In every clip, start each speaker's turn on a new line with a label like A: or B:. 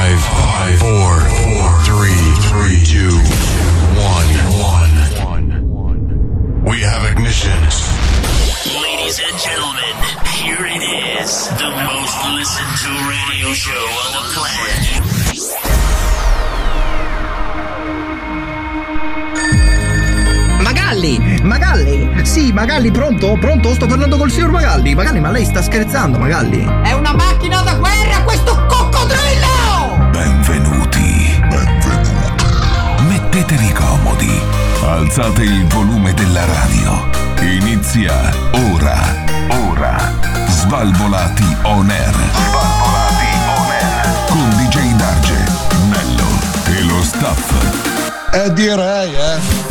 A: 5, 4, 3, 2, 1. We have ignition.
B: Ladies and gentlemen, here it is, the most listened to radio show on the planet.
C: Magalli! Magalli! Sì, Magalli, pronto? Pronto? Sto parlando col signor Magalli! Magalli, ma lei sta scherzando, Magalli!
D: È una macchina da guerra questo coccodrillo!
E: Benvenuti. Benvenuti. Mettetevi comodi. Alzate il volume della radio. Inizia ora. Ora. Svalvolati on air. Svalvolati on air. Con DJ Darge, Nello e lo staff.
F: Eh direi, eh.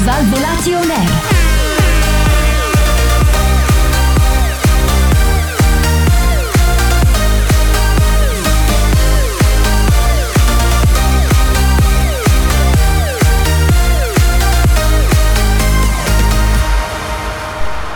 G: Svalvolati on air.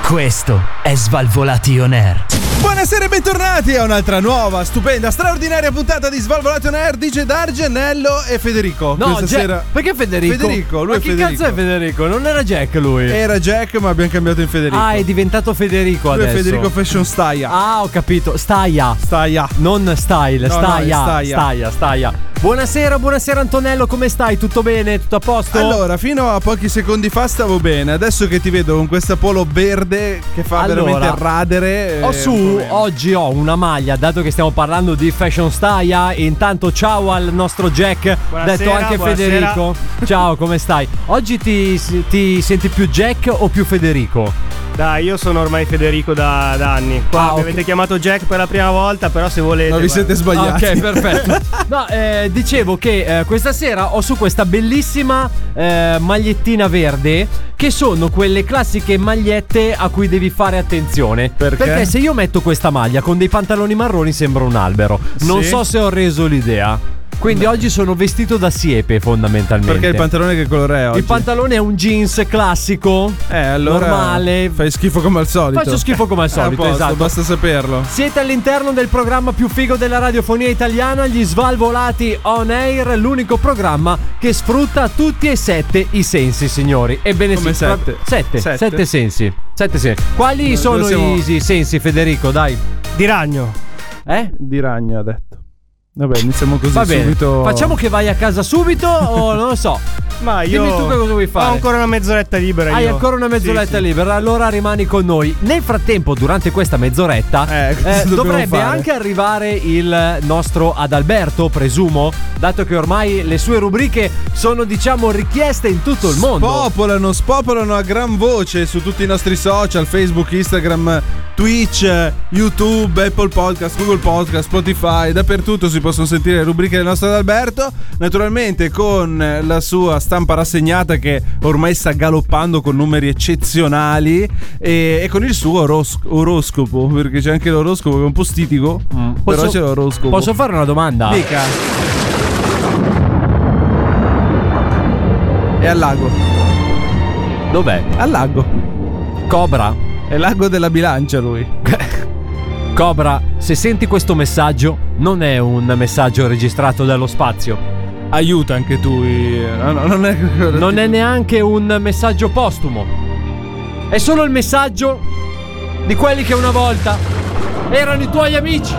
H: Questo è Svalvolati on air.
I: Buonasera e bentornati a un'altra nuova, stupenda, straordinaria puntata di Svalvolati on Air dice Dargenello e Federico.
J: No,
I: Questa
J: Jack-
I: sera
J: perché Federico?
I: Federico, lui
J: Ma
I: è
J: chi
I: Federico.
J: cazzo è Federico? Non era Jack lui.
I: Era Jack, ma abbiamo cambiato in Federico.
J: Ah, è diventato Federico
I: Lui è
J: adesso.
I: Federico Fashion Staia.
J: Ah, ho capito. Staia.
I: Staia.
J: Non style,
I: No, no, è
J: staia.
I: Staia.
J: staia. Staia, Buonasera, buonasera Antonello, come stai? Tutto bene? Tutto a posto?
I: Allora, fino a pochi secondi fa stavo bene, adesso che ti vedo con questa polo verde che fa
J: Allora,
I: veramente radere. eh,
J: Ho
I: un po'
J: su,
I: meno.
J: oggi ho una maglia, dato che stiamo parlando di fashion staia. Intanto ciao al nostro Jack,
K: Buonasera,
J: detto anche
K: buonasera.
J: Federico. Ciao, come stai? Oggi ti, ti senti più Jack o più Federico?
K: Dai, io sono ormai Federico da, da anni. Qua
J: Ah, ok.
K: mi avete chiamato Jack per la prima volta, però se volete.
I: No, vi siete sbagliati.
J: Ah, Ok, perfetto. No, eh, dicevo che eh, questa sera ho su questa bellissima eh, magliettina verde che sono quelle classiche magliette a cui devi fare attenzione.
I: Perché?
J: se io metto questa maglia con dei pantaloni marroni sembra un albero. Non
I: Sì.
J: so se ho reso l'idea. Quindi oggi sono vestito da siepe fondamentalmente.
I: Perché il pantalone che colore è oggi?
J: Il pantalone è un jeans classico.
I: Eh, allora
J: normale.
I: Fai schifo come al solito.
J: Faccio schifo come al
I: Eh, a
J: solito,
I: posto,
J: esatto.
I: Basta saperlo.
J: Siete all'interno del programma più figo della radiofonia italiana, gli Svalvolati On Air, l'unico programma che sfrutta tutti e sette i sensi, signori. Ebbene
I: Come
J: sì,
I: sette?
J: proprio- sette,
I: Sette.
J: sette, sensi. Sette sensi. Quali
I: No,
J: sono
I: siamo-
J: i, i sensi, Federico? Dai.
K: Di ragno.
J: Eh?
I: Di ragno ha detto. Vabbè, iniziamo così
J: Va bene.
I: subito.
J: Facciamo che vai a casa subito o non lo so.
I: Eh,
K: Ma io.
J: Dimmi tu che cosa vuoi fare.
K: Ho ancora una mezz'oretta libera.
J: Hai
K: io.
J: ancora una mezz'oretta
K: Sì, sì.
J: libera, allora rimani con noi. Nel frattempo, durante questa mezz'oretta,
I: Eh, cosa dobbiamo
J: dovrebbe
I: fare?
J: anche arrivare il nostro Adalberto, presumo, dato che ormai le sue rubriche sono, diciamo, richieste in tutto il mondo.
I: Popolano, spopolano a gran voce su tutti i nostri social, Facebook, Instagram, Twitch, eh, YouTube, Apple Podcast, Google Podcast, Spotify, dappertutto si possono sentire le rubriche del nostro Adalberto, naturalmente con eh, la sua stampa rassegnata che ormai sta galoppando con numeri eccezionali e, e con il suo oros- oroscopo, perché c'è anche l'oroscopo che è un po' stitico, però c'è l'oroscopo.
J: Mm. Posso fare una domanda?
I: Dica. È al lago.
J: Dov'è?
I: Al lago.
J: Cobra.
I: È l'ago della bilancia lui.
J: Cobra, se senti questo messaggio, non è un messaggio registrato dallo spazio.
I: Aiuta anche tu. eh, no, no, non è.
J: Non è neanche un messaggio postumo. È solo il messaggio di quelli che una volta erano i tuoi amici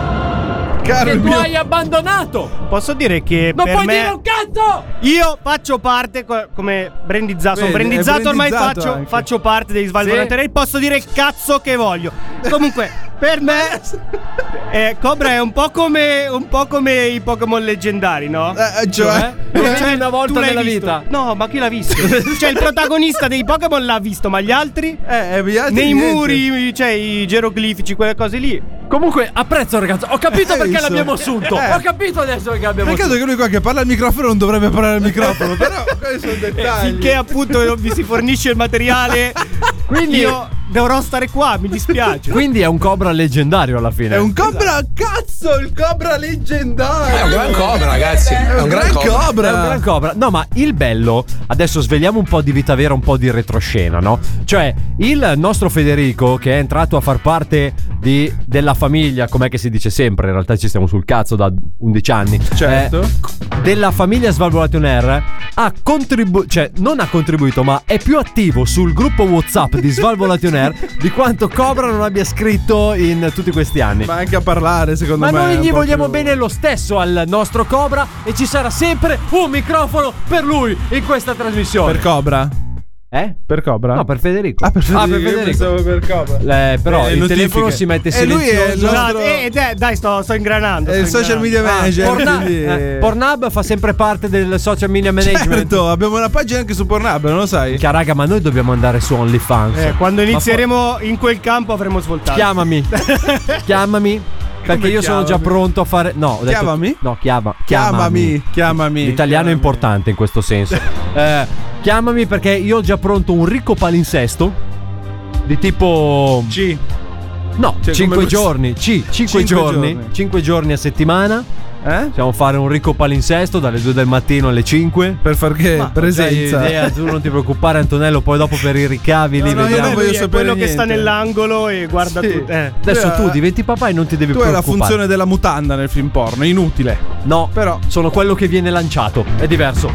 I: caro
J: che
I: il
J: tu
I: mio.
J: hai abbandonato.
K: Posso dire che.
J: Non
K: per
J: puoi
K: me...
J: dire un cazzo!
K: Io faccio parte co- come brandizzato, sono
I: Vedi, è
K: brandizzato ormai
I: brandizzato
K: faccio,
I: anche.
K: faccio parte dei
J: Sì.
K: Svalvolaterei, posso dire cazzo che voglio. Comunque, per me eh, Cobra è un po' come un po' come i Pokémon leggendari, no?
I: Eh, cioè.
J: Lo vedi una
K: tu
J: volta
K: l'hai
J: nella
K: visto?
J: vita.
K: No, ma chi l'ha visto? cioè il protagonista dei Pokémon l'ha visto, ma gli altri
I: Eh, eh, gli altri
K: nei
I: niente.
K: muri, cioè i geroglifici, quelle cose lì.
J: Comunque, apprezzo, ragazzi. Ho capito
I: Eh,
J: perché
I: insomma.
J: l'abbiamo assunto.
I: Eh.
J: Ho capito adesso perché l'abbiamo
I: Peccato
J: assunto.
I: che lui qua che parla al microfono non dovrebbe parlare al
J: Eh,
I: microfono. però questi sono dettagli.
K: Finché appunto non vi si fornisce il materiale,
J: Quindi,
K: io
L: dovrò stare qua, mi dispiace.
J: Quindi è un cobra leggendario alla fine.
I: È un cobra,
J: Esatto.
I: cazzo, il cobra leggendario.
M: È un gran cobra, ragazzi. È un gran cobra.
J: È un gran cobra. No, ma il bello, adesso svegliamo un po' di vita vera, un po' di retroscena, no? Cioè, il nostro Federico, che è entrato a far parte di- della famiglia, com'è che si dice sempre, in realtà ci stiamo sul cazzo da 11 anni.
I: Certo.
J: eh, della famiglia Svalvolation Air, ha contribuito, cioè, non ha contribuito, ma è più attivo sul gruppo WhatsApp di Svalvolation Air di quanto Cobra non abbia scritto in tutti questi anni.
I: Ma anche a parlare, secondo
J: Ma
I: me. è
J: noi
I: un
J: gli
I: po'
J: vogliamo
I: più-
J: bene lo stesso al nostro Cobra e ci sarà sempre un microfono per lui in questa trasmissione.
I: Per Cobra.
J: eh?
I: Per Cobra?
J: No, per Federico.
I: Ah, per Federico.
J: Ah, per
I: io pensavo per Cobra.
J: Eh, però
I: Eh,
J: il
I: notifiche.
J: telefono si mette
I: E lui è
J: silenzioso.
I: il nostro-
L: Scusate, eh, dai, dai, sto, sto ingranando.
I: È il
L: sto
I: social
L: ingranando. Ah,
I: media manager.
J: Ah, Pornhub,
I: quindi-
J: eh, Pornhub fa sempre parte del social media management.
I: Certo, abbiamo una pagina anche su Pornhub, non lo sai?
J: Minchia, raga, ma noi dobbiamo andare su OnlyFans.
L: Eh, quando
J: Ma
L: inizieremo in quel campo avremo svoltato.
J: fa- Chiamami. chiamami. Perché io sono già
I: chiamami?
J: pronto a fare. No, ho detto-
I: Chiamami?
J: No, chiama.
I: Chiamami, chiamami.
J: L'italiano è
I: Chiamami.
J: importante in questo senso. Eh, chiamami perché io ho già pronto un ricco palinsesto. Di tipo.
I: C.
J: no,
I: cioè,
J: 5
I: come-
J: giorni. C, 5
I: Cinque
J: giorni.
I: giorni.
J: 5 giorni a settimana.
I: Eh?
J: Possiamo fare un ricco palinsesto dalle 2 del mattino alle 5.
I: Per far che presenza.
J: Già Idea, tu non ti preoccupare, Antonello. Poi dopo per i ricavi
I: No,
J: lì
I: no, io
J: vediamo.
I: non
L: Lui
I: voglio
L: è
I: sapere
L: quello che
I: niente.
L: sta nell'angolo e guarda
I: Sì.
L: tutto. Eh.
J: Adesso
I: Tu
J: tu
I: hai-
J: diventi papà e non ti devi
I: Tu hai la
J: preoccupare.
I: funzione della mutanda nel film porno, inutile.
J: No,
I: Però-
J: sono quello che viene lanciato. È diverso.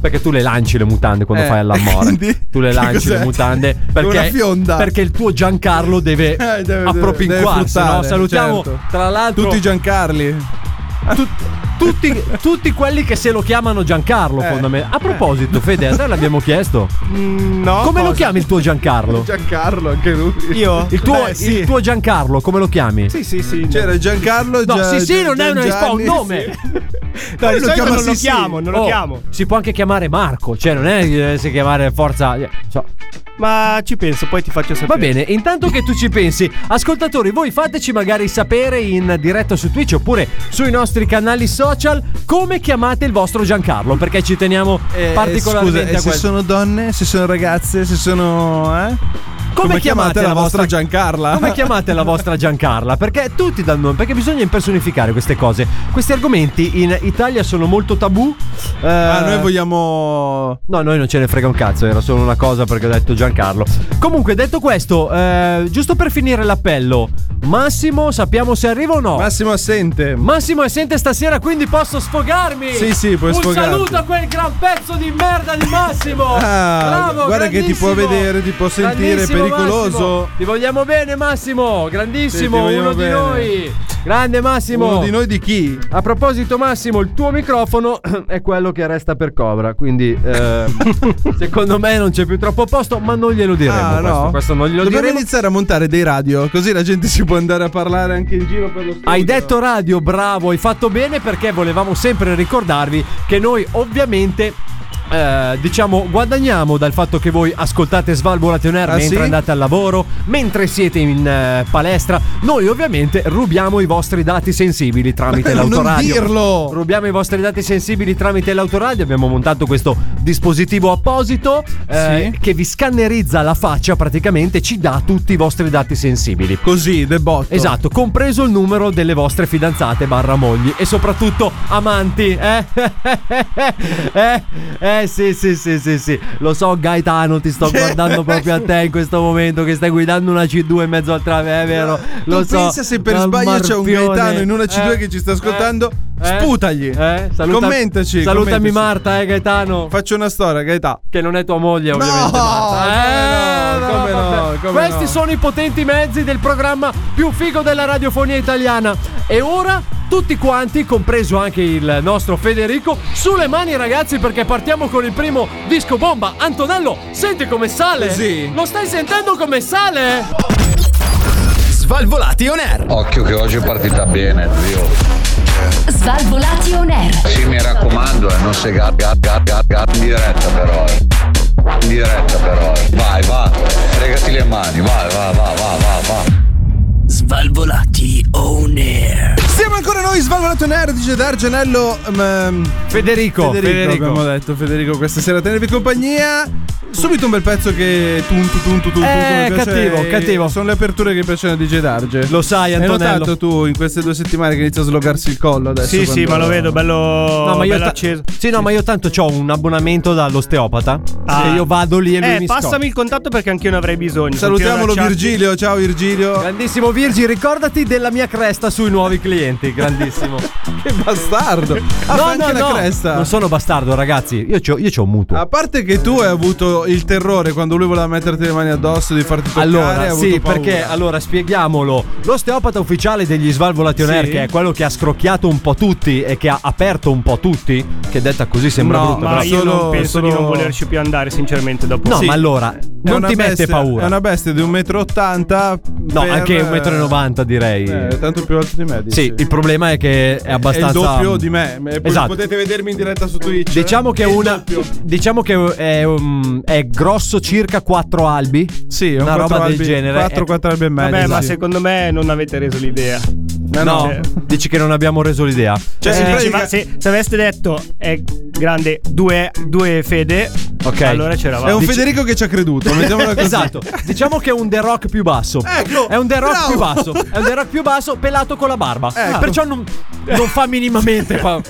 J: Perché tu le lanci le mutande quando
I: Eh,
J: fai all'amore.
I: quindi-
J: tu le
I: che
J: lanci le
I: cos'è?
J: mutande perché,
I: Una fionda. Eh,
J: perché il tuo Giancarlo deve,
I: deve- deve-
J: appropinquarsi.
I: deve
J: no?
I: fruttare,
J: Salutiamo
I: certo.
J: tra l'altro
I: Tutti i Giancarli.
J: tutti, tutti quelli che se lo chiamano Giancarlo.
I: Eh.
J: fondamentalmente. A proposito, Fede, a te l'abbiamo chiesto.
L: Mm, No.
J: Come lo
L: cosa?
J: chiami il tuo Giancarlo?
I: Giancarlo, anche lui.
L: Io?
J: Il tuo,
L: Beh,
J: il
L: sì.
J: tuo Giancarlo, come lo chiami?
L: sì, sì, sì.
I: C'era Giancarlo
J: No,
I: Gia-
J: sì, sì, non è una risposta, un
I: Gianni,
J: nome.
L: No, di solito
I: chiama
L: non lo
I: sì, sì.
L: chiamo, non lo
J: Oh,
L: chiamo.
J: Si può anche chiamare Marco, cioè non è che deve chiamare forza. eh, so.
L: Ma ci penso, poi ti faccio sapere.
J: Va bene, intanto che tu ci pensi, ascoltatori, voi fateci magari sapere in diretta su Twitch oppure sui nostri canali social come chiamate il vostro Giancarlo, perché ci teniamo
I: Eh,
J: particolarmente
I: scusa, e
J: a
I: se
J: questo.
I: sono donne, se sono ragazze, se sono. Eh?
J: Come chiamate la vostra
I: Giancarla?
J: Come chiamate la vostra Giancarla? Perché tutti danno nome, perché bisogna impersonificare queste cose. Questi argomenti in Italia sono molto tabù. Eh,
I: Ah, noi vogliamo.
J: No, noi non ce ne frega un cazzo, era solo una cosa perché ho detto Giancarlo. Comunque, detto questo, eh, giusto per finire l'appello, Massimo, sappiamo se arriva o no?
I: Massimo assente.
J: Massimo è assente stasera, quindi posso sfogarmi.
I: Sì, sì, puoi
J: Un
I: sfogarti.
J: saluto a quel gran pezzo di merda di Massimo.
I: Ah,
J: Bravo,
I: guarda che ti
J: grandissimo.
I: può vedere, ti può sentire,
J: Grandissimo,
I: pericoloso.
J: Massimo. Ti vogliamo bene, Massimo.
I: Sì, ti
J: Grandissimo,
I: vogliamo
J: uno di
I: bene.
J: noi. Grande Massimo.
I: Uno di noi di chi?
J: A proposito, Massimo, il tuo microfono è quello che resta per Cobra. Quindi, eh, secondo me, non c'è più troppo posto, ma non glielo diremo.
I: Ah,
J: questo,
I: no.
J: questo non glielo
I: Dobbiamo
J: diremo.
I: iniziare a montare dei radio, così la gente si può andare a parlare anche in giro per lo studio.
J: Hai detto radio, bravo, hai fatto bene perché volevamo sempre ricordarvi che noi ovviamente eh, diciamo guadagniamo dal fatto che voi ascoltate Svalvolation Air
I: Ah,
J: mentre
I: sì?
J: andate al lavoro, mentre siete in eh, palestra. Noi ovviamente rubiamo i vostri dati sensibili tramite
I: Ma non
J: l'autoradio.
I: dirlo!
J: Rubiamo i vostri dati sensibili tramite l'autoradio, abbiamo montato questo dispositivo apposito eh,
I: Sì.
J: che vi scannerizza la faccia praticamente, ci dà tutti i vostri dati sensibili.
I: Così, debotto.
J: Esatto, compreso il numero delle vostre fidanzate barra mogli e soprattutto amanti. Eh? eh? Eh sì, sì, sì, sì, sì. Lo so Gaetano, ti sto guardando proprio a te in questo momento che stai guidando una C2 in mezzo al trave, è vero? Lo
I: tu
J: so.
I: pensa se per
J: dal
I: sbaglio c'è un
J: Marpione.
I: Gaetano in una C2 che ci sta ascoltando, sputagli.
J: eh, saluta-
I: Commentaci,
J: Salutami
I: commentaci.
J: Marta, eh Gaetano.
I: Faccio una storia, Gaetà.
J: Che non è tua moglie, ovviamente. Eh, Marta.
I: come no, come
J: vabbè.
I: no, come
J: Questi
I: no.
J: sono i potenti mezzi del programma più figo della radiofonia italiana. E ora tutti quanti, compreso anche il nostro Federico, sulle mani ragazzi perché partiamo con il primo disco bomba. Antonello, senti come sale?
I: Sì.
J: Lo stai sentendo come sale?
H: Svalvolati on air.
M: Occhio che oggi è partita bene, zio.
G: Svalvolati on air.
M: Sì, mi raccomando, eh, non se gap, gap, gap, gap, gap. In diretta però. eh. In diretta però. eh. Vai, va. Fregati le mani, vai, va, va, va, va, va.
B: Svalvolati on air.
I: Siamo ancora noi, Svalvolato Nero, dice Dargianello. ehm,
J: Federico,
I: Ecco, Federico, abbiamo detto Federico questa sera a tenervi compagnia Subito un bel pezzo che tun tu tun tu tun
J: Eh, cattivo, cattivo.
I: Sono le aperture che piacciono a DJ Darge.
J: Lo sai, Antonello.
I: Hai notato tu in queste due settimane che inizia a slogarsi il collo adesso?
L: Sì, sì,
I: quando-
L: ma lo vedo bello.
J: No, ma io
L: bello
J: ta-
L: acceso.
J: Sì, no, ma io tanto ho un abbonamento dall'osteopata.
L: Ah.
J: E io vado lì e lui
L: eh,
J: mi scopre.
L: passami il contatto perché anch'io ne avrei bisogno.
I: Salutiamolo
L: Continua ad acciarti.
I: Virgilio, ciao Virgilio.
J: Grandissimo Virgi, ricordati della mia cresta sui nuovi clienti, grandissimo.
I: Che bastardo. Ah, fa anche la cresta. Ah,
J: Non sono bastardo, ragazzi. Io c'ho, io c'ho un mutuo.
I: A parte che tu hai avuto il terrore quando lui voleva metterti le mani addosso di farti toccare. hai
J: Allora,
I: ah, avuto
J: sì,
I: paura.
J: perché eh, allora spieghiamolo. L'osteopata ufficiale degli Svalvolati On Air,
I: Sì.
J: che è quello che ha scrocchiato un po' tutti e che ha aperto un po' tutti, che detta così sembra
L: No,
J: brutta,
L: ma
J: però-
L: io
I: solo-
L: non penso
I: solo-
L: di non volerci più andare, sinceramente, dopo.
J: No,
L: Sì.
J: ma allora,
I: È
J: non
I: una
J: ti mette
I: bestia-
J: paura.
I: È una bestia di 1,80 m.
J: No, anche 1,90 m direi.
I: Eh, tanto più alto di me. dici.
J: Sì, il problema è che è
I: È il
J: abbastanza.
I: doppio di me. Poi
J: Esatto.
I: Potete vedermi in diretta su Twitch. eh?
J: Diciamo che, è
I: È il
J: una,
I: doppio.
J: diciamo che è, um, è grosso circa 4 albi.
I: Sì, è un
J: una roba
I: quattro
J: del
I: albi-
J: genere.
I: quattro,
J: È-
I: quattro albi e mezzo.
L: Vabbè, ma
I: sì.
L: secondo me non avete reso l'idea.
J: No,
L: Eh.
J: dici che non abbiamo reso l'idea.
L: Cioè,
I: Eh,
L: se, dici,
I: pratica-
L: ma se, se aveste detto è grande due, due fede,
J: Ok.
L: allora c'eravamo.
I: È un Federico che ci ha creduto. mettiamola così.
J: Esatto, diciamo che è un The Rock più basso.
I: Ecco,
J: è un The Rock
I: bravo. Ecco.
J: più basso. È un The Rock più basso, pelato con la barba. Perciò non, non fa minimamente. pa-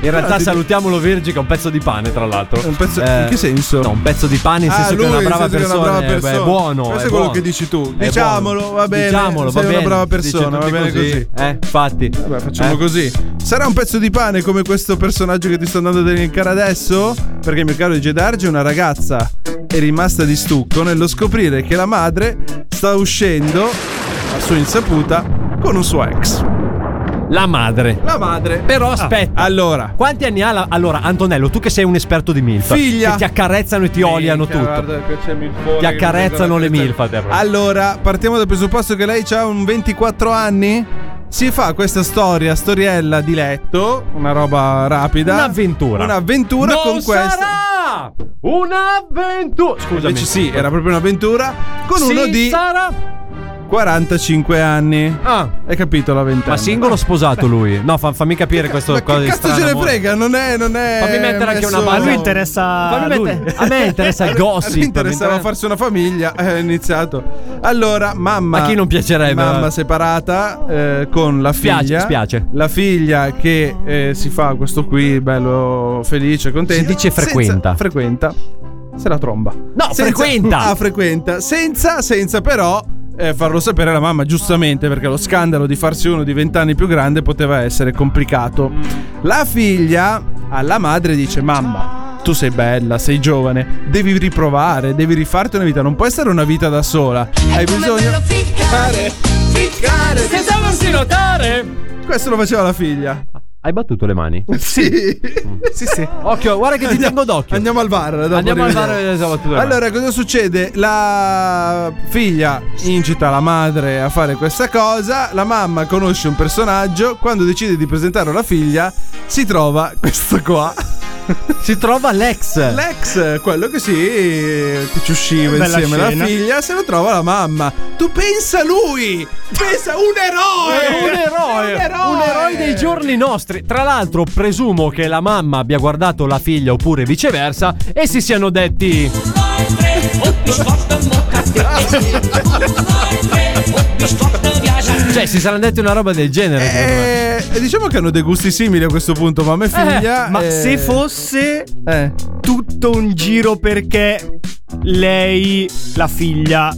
J: In realtà salutiamolo Virgi che è un pezzo di pane, tra l'altro. Eh,
I: Un pezzo- in che senso?
J: No, un pezzo di pane in
I: Ah,
J: senso che è
I: lui,
J: una
I: nel
J: brava
I: senso che
J: persona.
I: È, una brava
J: eh,
I: persona.
J: beh, è buono.
I: Questo
J: è
I: è, quello
J: buono.
I: che dici tu.
J: È
I: Diciamolo,
J: buono.
I: va bene.
J: Diciamolo,
I: sei
J: va bene.
I: una brava
J: Dice
I: persona, va
J: tutti
I: bene così.
J: Eh, infatti.
I: Vabbè, facciamo
J: Eh.
I: così. Sarà un pezzo di pane come questo personaggio che ti sto andando a elencare adesso? Perché, mio caro Gedarge, una ragazza è rimasta di stucco nello scoprire che la madre sta uscendo, a sua insaputa, con un suo ex.
J: La madre.
I: La madre.
J: Però aspetta.
I: Allora,
J: Quanti anni ha la... Allora, Antonello, tu che sei un esperto di MILF.
I: Figlia.
J: Che ti accarezzano e ti oliano tutto. Ti accarezzano le milfa, te, proprio.
I: Allora, partiamo dal presupposto che lei ha un 24 anni. Si fa questa storia, storiella di letto, una roba rapida.
J: Un'avventura.
I: Un'avventura
J: non
I: con questo.
J: sarà un'avventura. Scusami.
I: Invece sì, era proprio un'avventura con
J: Sì,
I: uno di
J: sarà.
I: 45 anni.
J: Ah.
I: Hai capito la ventenne? Eh,
J: Ma singolo o sposato lui? No, fa- fammi capire questo
I: Ma
J: cosa
I: che
J: di
I: cazzo
J: strano
I: ce ne
J: amore.
I: frega? Non è non è
J: Fammi mettere anche una
I: messo-
J: base.
L: A lui interessa.
J: Fammi
L: lui.
J: mettere- A me interessa il gossip.
I: A lui interessava
J: mi interessa-
I: farsi una famiglia, eh, è iniziato. Allora, mamma.
J: A chi non piacerebbe?
I: Mamma separata eh, con la figlia.
J: Spiace, spiace.
I: La figlia che eh, si fa questo qui, bello, felice, contento.
J: Si dice
I: Senza-
J: frequenta.
I: frequenta. Se la tromba.
J: No, frequenta.
I: Ah, frequenta. Senza, senza però. eh, farlo sapere alla mamma, giustamente, perché lo scandalo di farsi uno di vent'anni più grande poteva essere complicato. La figlia alla madre dice: Mamma, tu sei bella, sei giovane, devi riprovare, devi rifarti una vita, non può essere una vita da sola. Hai bisogno.
J: Senza farsi notare.
I: Questo lo faceva la figlia.
J: Hai battuto le mani?
I: Sì, sì, sì.
J: Occhio, guarda che ti tengo d'occhio.
I: Andiamo al bar. dopo
J: Andiamo al bar
I: rivediamo.
J: e vediamo se ho battuto le mani.
I: Allora, cosa succede? La figlia incita la madre a fare questa cosa. La mamma conosce un personaggio. Quando decide di presentare la figlia, si trova questo qua.
J: si trova l'ex.
I: L'ex, quello che si. che ci usciva
L: Bella
I: insieme alla
L: scena.
I: figlia, se lo trova la mamma. Tu pensa a lui! Pensa un
J: È
I: eroe!
J: un eroe,
I: Un eroe!
J: un eroe dei giorni nostri. Tra l'altro, presumo che la mamma abbia guardato la figlia oppure viceversa e si siano detti. Cioè, si saranno detti una roba del genere. secondo me.
I: Eh, diciamo che hanno dei gusti simili a questo punto, mamma e figlia.
L: Ma
I: eh,
L: se fosse
I: eh.
L: tutto un giro perché lei, la figlia,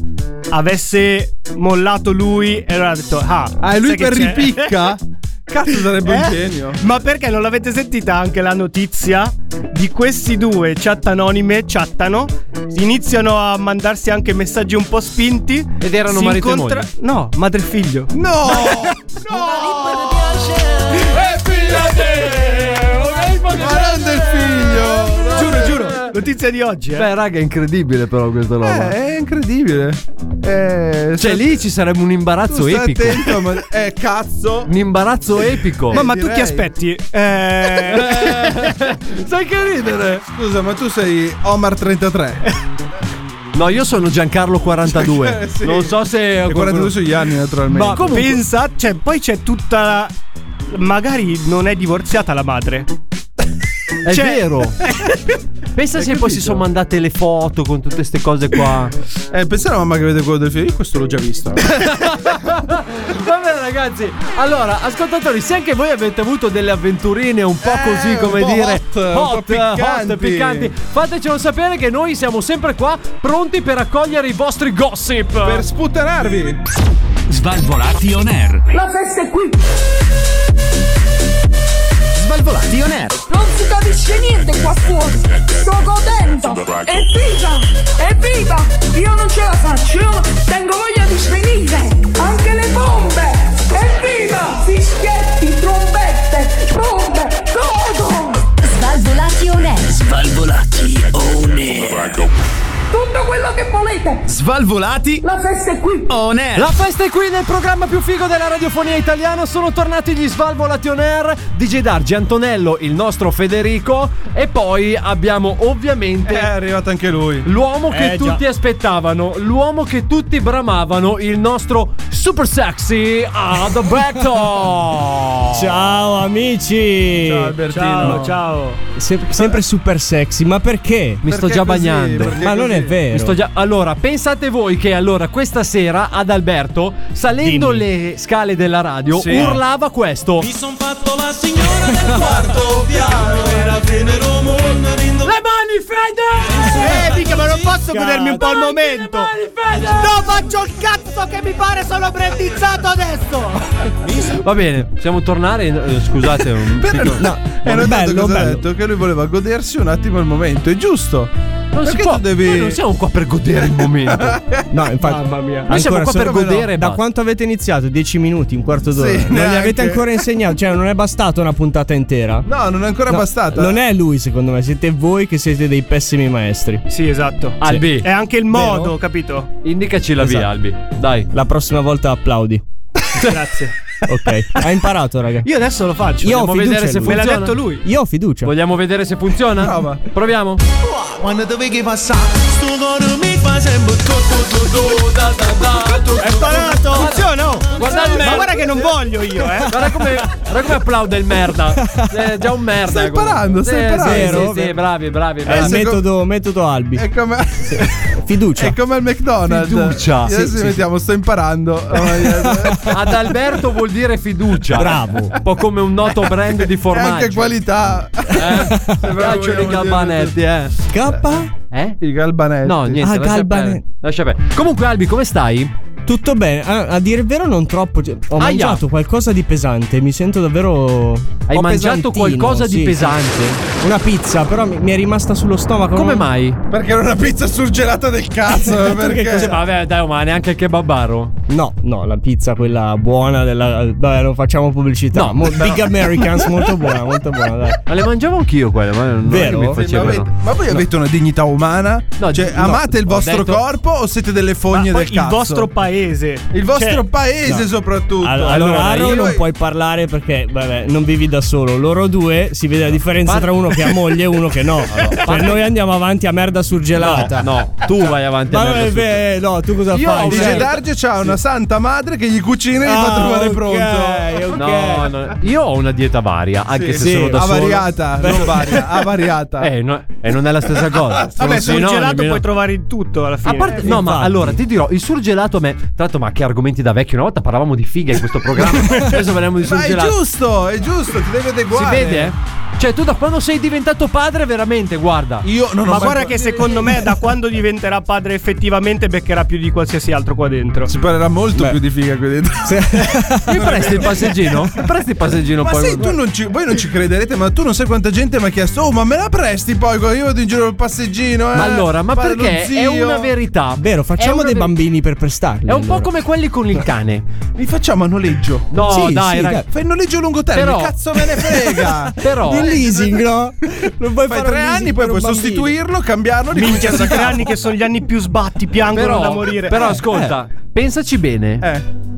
L: avesse mollato lui e allora ha detto: Ah,
I: Ah, è lui
L: sai che
I: per
L: c'è?"
I: ripicca? Cazzo, sarebbe un
L: Eh?
I: genio.
L: Ma perché non l'avete sentita anche la notizia di questi due chat anonime? Chattano, iniziano a mandarsi anche messaggi un po' spinti.
J: Ed erano
L: si
J: marito e
L: incontra-
J: moglie.
L: No, madre e figlio.
I: No! no! Grande figlio!
L: Giuro, giuro. Notizia di oggi, eh.
J: Beh, raga, è incredibile, però, questa roba.
I: Eh, è incredibile. Eh,
J: cioè,
I: sta-
J: lì ci sarebbe un
I: tu
J: imbarazzo
I: stai
J: epico.
I: attento, ma... Eh, cazzo!
J: Un imbarazzo epico.
L: Ma, ma tu
I: direi.
L: ti aspetti? Eh,
J: sai che ridere?
I: Scusa, ma tu sei Omar 33.
J: No, io sono Giancarlo 42.
I: Sì.
J: Non so se.
I: E 42 sugli anni, naturalmente.
L: ma
J: comunque-
L: pensa, cioè, poi c'è tutta la... Magari non è divorziata la madre.
J: È
L: Cioè-
J: vero. Pensa se poi si sono mandate le foto con tutte queste cose qua.
I: Eh, pensa alla mamma che vede quello del film. Io questo l'ho già visto.
J: Va bene ragazzi, allora ascoltatori se anche voi avete avuto delle avventurine un po' così come
I: Eh, un po'
J: dire
I: hot, un po' piccanti.
J: hot, piccanti, fatecelo sapere che noi siamo sempre qua pronti per accogliere i vostri gossip.
I: per sputtanarvi.
H: Svalvolati on air.
D: La festa è qui!
H: Svalvolati on air.
D: Non si capisce niente qua fuori! Sto godendo! Evviva! Evviva! Io non ce la faccio! Io tengo voglia di svenire! Anche le bombe! Evviva! Fischietti, trombette, bombe! Godo!
G: Svalvolati on air.
B: Svalvolati on air.
D: Tutto quello che volete!
H: Svalvolati
D: La festa è qui!
H: on air.
J: La festa è qui nel programma più figo della radiofonia italiana. Sono tornati gli Svalvolati on Air, DJ Dargi, Antonello, il nostro Federico. E poi abbiamo ovviamente
I: È arrivato anche lui.
J: l'uomo che
L: Eh, già.
J: tutti aspettavano, l'uomo che tutti bramavano, il nostro super sexy Adalberto.
C: Ciao amici!
I: Ciao, Albertino.
L: Ciao, ciao.
C: Se- sempre super sexy, ma perché?
J: Mi sto
I: Perché
J: già
I: così?
J: bagnando.
I: Perché
C: Ma non
I: così?
C: è vero.
J: Mi sto già- Allora, pensate voi che allora questa sera ad Alberto, salendo le scale della radio,
I: Sì.
J: urlava questo. Mi son fatto la
L: Eh, mica, ma non posso godermi un po' il
J: signora del quarto piano. Era venero mondo, Le mani Fede!
L: momento. No, faccio il cazzo che mi pare, sono brandizzato adesso.
J: Va bene, possiamo tornare. Eh, Scusate, un
I: Però
J: piccolo-
I: no, è notato
C: bello,
I: cosa ha
C: bello.
I: detto che lui voleva godersi un attimo il momento, è giusto.
J: non si
I: perché
J: può.
I: tu devi-
J: Noi non siamo qua per godere il momento.
C: No, infatti.
L: Mamma mia.
J: Noi siamo
C: ancora
J: qua
C: solo-
J: per godere.
C: Da
J: basta.
C: quanto avete iniziato? 10 minuti, un quarto d'ora. non gli
I: neanche.
C: avete ancora insegnato, cioè non è bastata una puntata intera.
I: No, non è ancora
C: No,
I: bastata.
C: Non è lui, secondo me,
I: Ecco.
C: siete voi che siete dei pessimi maestri.
L: Sì, esatto.
J: Albi,
L: È anche il modo,
C: Vero?
L: capito?
J: indicaci la via,
C: Esatto.
J: Albi. Dai.
C: La prossima volta applaudi.
L: Grazie.
C: Ok. ha imparato, raga.
L: Io adesso lo faccio.
C: Io ho
J: Vogliamo
C: fiducia
J: vedere
C: in
J: se
C: lui.
L: Me l'ha
J: funziona.
L: detto lui.
C: Io ho fiducia.
J: Vogliamo vedere se funziona?
I: Prova.
J: Proviamo.
L: È sparato. Funziona, oh.
J: Guardate-
L: Ma guarda che non voglio io, eh.
J: Guarda come, guarda come applaude il merda. È già un merda.
I: Stai
J: comunque. Eh,
I: imparando, stai
J: Sì,
I: imparando.
J: Sì,
C: Vero,
J: sì, sì,
C: vero.
J: bravi, bravi.
C: È
J: bravi.
L: Eh,
C: il
I: secondo-
C: metodo, metodo Albi.
I: Eh, È come,
C: Fiducia.
I: è come il McDonald's.
J: Fiducia.
I: Adesso
J: Sì,
I: ci
J: sì,
I: mettiamo, sto imparando. eh,
J: Ad Alberto vuol dire fiducia.
C: Bravo.
J: Un po' come un noto brand di
I: E anche
J: formaggio.
I: qualità.
J: eh? Mi piacciono i
I: vogliamo
J: galbanetti, eh.
I: Ecco.
C: K.
J: Eh?
I: I galbanetti.
J: No, niente.
C: Ah,
J: lascia perdere.
C: galbanetti.
J: Lascia perdere. Comunque, Albi, come stai?
C: Tutto bene, a, a dire il vero non troppo. cioè, Ho
J: Aia.
C: mangiato qualcosa di pesante, mi sento davvero.
J: Hai
C: ho
J: mangiato
C: pesantino,
J: qualcosa di
C: sì.
J: pesante?
C: Una pizza, però mi, mi è rimasta sullo stomaco.
J: Come
C: non-
J: mai?
I: Perché era una pizza surgelata del cazzo.
J: Sì,
I: perché?
J: vabbè, dai, ma neanche il kebabaro.
C: No, no, la pizza quella buona della. Vabbè, non facciamo pubblicità.
J: No,
C: Mo- Big Americans, molto buona, molto buona. Dai.
J: Ma le mangiavo anch'io quelle, ma non
C: Vero?
J: non mi
I: Sì, ma,
J: facevano.
I: avete- ma voi avete una dignità umana?
J: No,
I: cioè,
J: no,
I: amate il
J: ho
I: vostro
J: detto-
I: corpo o siete delle fogne
L: Ma poi
I: del cazzo?
L: il vostro paese.
I: Il vostro
L: Cioè,
I: paese,
C: no.
I: soprattutto.
C: All- allora, Aro
I: io-
C: non puoi parlare perché, vabbè, non vivi da solo. Loro due si vede la differenza
J: Par-
C: tra uno che ha moglie e uno che no. Cioè, noi andiamo avanti a merda surgelata.
J: No, tu vai avanti a
C: Ma
J: merda su-
C: beh, no, tu cosa
J: Io ho
C: fai?
J: un
I: Dice
C: Cioè,
I: Darge c'ha una santa madre che gli cucina e gli
L: Ah,
I: fa trovare pronto.
C: pronto.
J: No, no, io ho una dieta varia, anche se
C: sì,
J: sono da solo.
I: avariata, non varia, avariata.
J: Eh, no- eh, non è la stessa cosa. Sono
L: Vabbè, sul
J: sinonimi,
L: gelato
J: no?
L: puoi trovare in tutto alla fine. Eh,
J: A parte, Eh, no, ma
C: infatti.
J: allora ti dirò, il surgelato a me. Tra l'altro, ma che argomenti da vecchio? Una volta parlavamo di figa in questo programma. Adesso parliamo di
I: Ma è
J: surgelato.
I: giusto, è giusto, ti devi
J: Si
I: adeguare.
J: vede? eh? Cioè, tu da quando sei diventato padre, veramente, guarda.
I: Io non ho
L: ma
I: mai-
L: guarda che secondo me da quando diventerà padre effettivamente beccherà più di qualsiasi altro qua dentro.
I: Si parlerà molto più di figa qui dentro.
J: Mi presti il passeggino? Mi presti il passeggino
I: Ma
J: poi?
I: sai, tu non ci, voi non ci crederete, ma tu non sai quanta gente mi ha chiesto: Oh, ma me la presti poi? quando Io vado in giro al passeggino. Eh,
J: Ma allora, ma
I: fare lo
J: perché è
I: zio."
J: una verità?
C: Vero,
J: È
C: facciamo
J: una
C: dei
J: ver-
C: bambini per prestarli.
J: È un po'
C: allora.
J: come quelli con il cane.
I: Li facciamo a noleggio.
J: No,
C: Sì,
J: dai,
C: sì,
J: ragazzi.
C: dai.
I: Fai il noleggio a lungo termine,
J: Però-
I: cazzo me ne frega.
J: Però eh,
C: Del leasing, no? Non puoi
I: Fai
C: fare
I: tre
C: un leasing per
I: anni, poi puoi
C: un bambino.
I: sostituirlo, cambiarlo.
L: Minchia,
I: ricominciare
L: sono
I: da
L: tre
I: capo.
L: anni che sono gli anni più sbatti, piangono
J: però,
L: da morire.
J: però
L: Eh,
J: ascolta, pensaci bene.
I: Eh.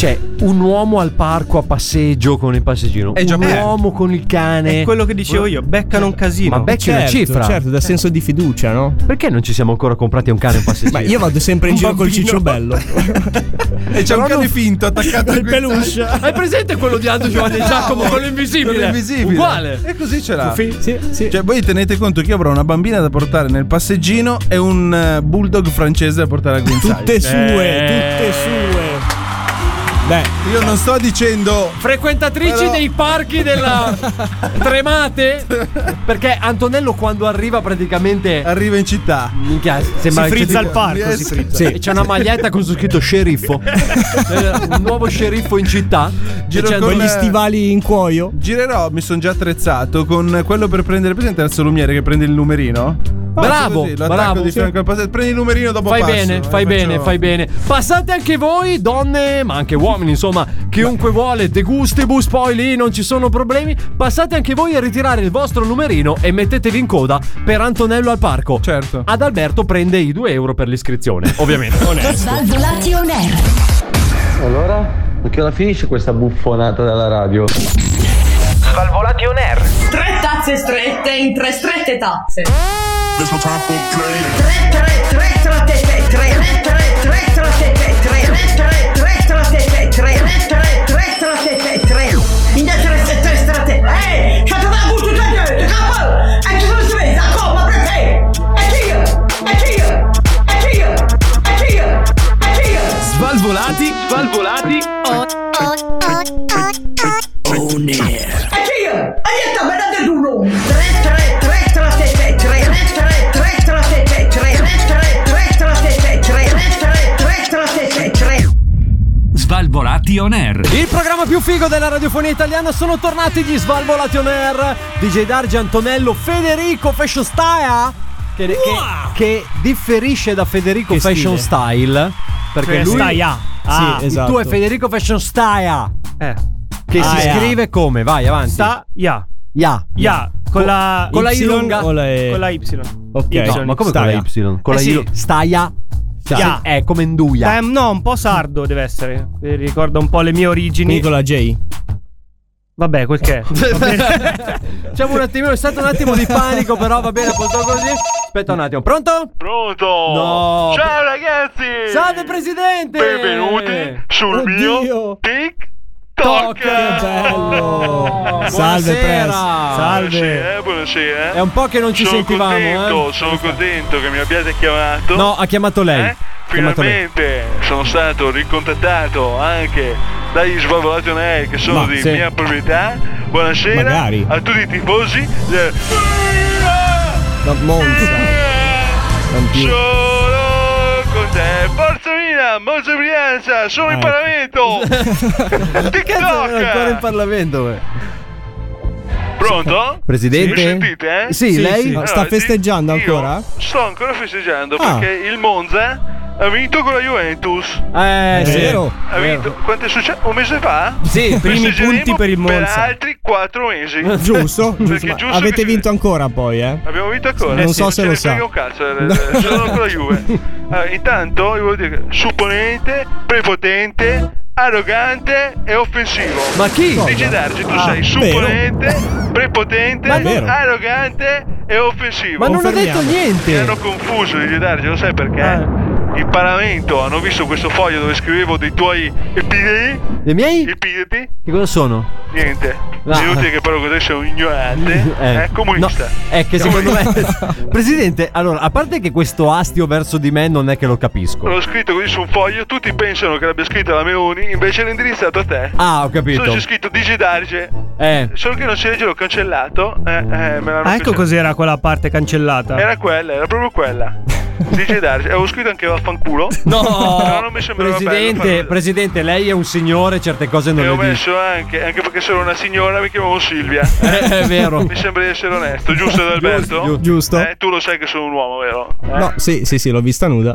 J: C'è Cioè, un uomo al parco a passeggio con il passeggino.
L: Eh, già,
J: un
L: eh.
J: uomo con il cane.
L: È quello che dicevo io, beccano un casino.
J: Eh. Ma becchi una
L: Certo,
J: cifra.
L: certo,
J: dà senso di fiducia, no? Perché non ci siamo ancora comprati un cane e un passeggino?
C: Ma io vado sempre in giro col cicciobello.
I: E c'è un cane finto attaccato al
C: peluche.
J: Hai presente quello di Aldo Giovanni e Giacomo con l'invisibile?
I: Esatto. Con l'invisibile.
J: Uguale.
I: E così ce l'ha.
J: Sì, sì, sì.
I: Cioè, voi tenete conto che io avrò una bambina da portare nel passeggino e un eh, bulldog francese da portare al guinzaglio.
C: Tutte sue, tutte sue. Beh,
I: Io non sto dicendo.
J: Frequentatrici
I: Però-
J: dei parchi della Tremate? Perché Antonello quando arriva praticamente
I: Arriva in città.
J: Minchia, sembra
L: Si
J: che-
L: frizza il parco,
I: Yes.
L: si frizza.
J: Sì, c'è una maglietta con su scritto sceriffo. Eh, Un nuovo sceriffo in città.
I: Giro
J: E c'è-
I: con-
C: con gli Cioè, stivali in cuoio.
I: Girerò, mi sono già attrezzato con quello per prendere presente terzo lumiere che prende il numerino.
J: Bravo,
I: Così, lo attacco
J: bravo.
I: di fianco al passaggio. Prendi il numerino dopo
J: Fai
I: passo,
J: bene,
I: eh,
J: fai bene,
I: faccio-
J: fai bene. Passate anche voi, donne, ma anche uomini, insomma, chiunque vuole, de gustibus, poi lì non ci sono problemi. Passate anche voi a ritirare il vostro numerino e mettetevi in coda per Antonello al parco.
I: Certo.
J: Ad Alberto prende i 2 euro per l'iscrizione, ovviamente.
G: Svalvolati on air.
M: Allora, a che ora finisce questa buffonata della radio?
D: Tre tazze strette in tre strette tazze. Tre tre tre trattete, tre tre tre trattete, tre tre tre trattete, tre tre tre trattete, tre. In tre tre tre trattete. Ehi, c'è da buttare giù, c'è capo. E ci sono sve, da coma perché? E io, e io, e io, e io, e io.
J: Svalvolati, svalvolati.
D: E io, e io sta vedendo il duro. Tre tre tre trattete, tre tre tre trattete, tre tre tre trattete, tre tre tre trattete, tre.
H: Svalvolati on air.
J: Il programma più figo della radiofonia italiana sono tornati gli Svalvolati on Air. DJ Dargi, Antonello, Federico Fashion Style. Che, che- che differisce da Federico
C: Che
J: Fashion Style. Perché
C: Cioè,
J: lui.
C: Style.
J: Ah,
C: Sì,
J: il
C: esatto.
J: tuo è Federico Fashion Style. Che si
C: Ah, yeah.
J: scrive come? Vai avanti.
L: Sta, ya.
J: Ya.
L: Ya, con la
J: Con la
L: Y
J: I lunga.
C: o la E?
L: Con la Y.
C: Ok.
L: Y.
J: No, ma come con la
C: Staya.
J: Y? Con
L: Eh
J: la
L: sì.
J: Y. Staya. Cioè,
L: Ya.
J: È come Nduia.
L: Eh, no, un po' sardo deve essere. Eh, Ricorda un po' le mie origini.
C: Nicola J.
L: Vabbè, quel che è.
J: Facciamo un attimino, è stato un attimo di panico, però va bene, a posto così. Aspetta un attimo, pronto?
K: Pronto?
J: No.
K: Ciao ragazzi!
J: Salve presidente!
K: Benvenuti sul mio Tic
J: Toc,
K: Toc!
J: che bello!
C: Salve,
J: Buonasera.
C: Press.
J: Salve.
K: Buonasera, buonasera!
J: È un po' che non ci
K: Cioè, sono
J: sentivamo,
K: contento,
J: eh.
K: Sono contento che mi abbiate chiamato.
J: No, ha chiamato lei.
K: Eh?
J: Ha chiamato lei.
K: Finalmente sono stato ricontattato anche dagli Svalvolati on Air che sono
C: Ma
K: di
C: se-
K: mia proprietà. Buonasera
C: Magari.
K: a tutti i tifosi del
C: Da Monza. Non più.
K: Solo con te. Forza Milan, Monza Brianza, sono in
C: Ecco.
K: Parlamento.
J: Cazzo, era Eh, ancora in
K: TikTok.
J: Parlamento, eh. beh.
K: Pronto?
J: Presidente?
K: Mi sentite? eh?
J: Sì, lei?
C: Ma sta
K: Allora,
C: festeggiando
K: io
C: ancora?
K: Sto ancora festeggiando
C: Ah.
K: perché il Monza ha vinto con la Juventus.
J: Eh, sì.
C: vero.
K: Ha vinto, quanto è successo? Un mese fa?
J: Sì,
C: primi punti per il
K: Per
C: Monza.
K: altri 4 mesi.
C: Giusto, giusto.
K: Perché
C: ma
K: giusto
C: avete
K: che-
C: vinto ancora poi, eh?
K: Abbiamo vinto ancora.
C: Non so se
K: ce
C: lo
K: ne
C: sa.
K: frega un cazzo. eh, Sono con la Juve. Ah, Allora, intanto, io voglio dire, supponente, prepotente, arrogante e offensivo.
J: Ma chi?
K: Dice Darci, tu
C: Ah,
K: sei supponente, prepotente,
C: Ma non-
K: arrogante e offensivo.
J: Ma non ho detto
C: Confermiamo.
K: Mi
J: niente.
K: hanno confuso di "Ah, Darci, lo sai
L: Eh,
K: perché? In Parlamento hanno visto questo foglio dove scrivevo dei tuoi epidemi,
J: I miei?
K: epidemi,
J: Che cosa sono?
K: niente.
J: No.
K: È inutile che parlo con te, sei un ignorante,
J: Eh,
K: eh, comunista.
J: no, è che secondo me. Presidente, allora, a parte che questo astio verso di me non è che lo capisco.
K: L'ho scritto così su un foglio, tutti pensano che l'abbia scritta la Meoni, invece l'ha indirizzato a te.
J: Ah, ho
K: Solo
J: capito.
K: c'è scritto Digi Darge,
J: Eh.
K: solo che non si legge, l'ho cancellato. Eh, eh, me l'hanno
L: Ah, ecco
K: cancellato.
L: cos'era quella parte cancellata.
K: Era quella, era proprio quella. Digi Darge, avevo scritto anche vaffanculo. però non mi sembrava
J: presidente,
K: bello farlo.
J: presidente, lei è un signore, certe cose non
K: E ho
J: le dice.
K: messo anche, anche perché sono una signora, mi chiamavo Silvia.
J: Eh, è vero.
K: Mi sembra di essere onesto, giusto Adalberto?
C: giusto, giusto.
K: Eh, tu lo sai che sono un uomo, vero? Eh?
C: No, sì, sì, sì, l'ho vista nuda.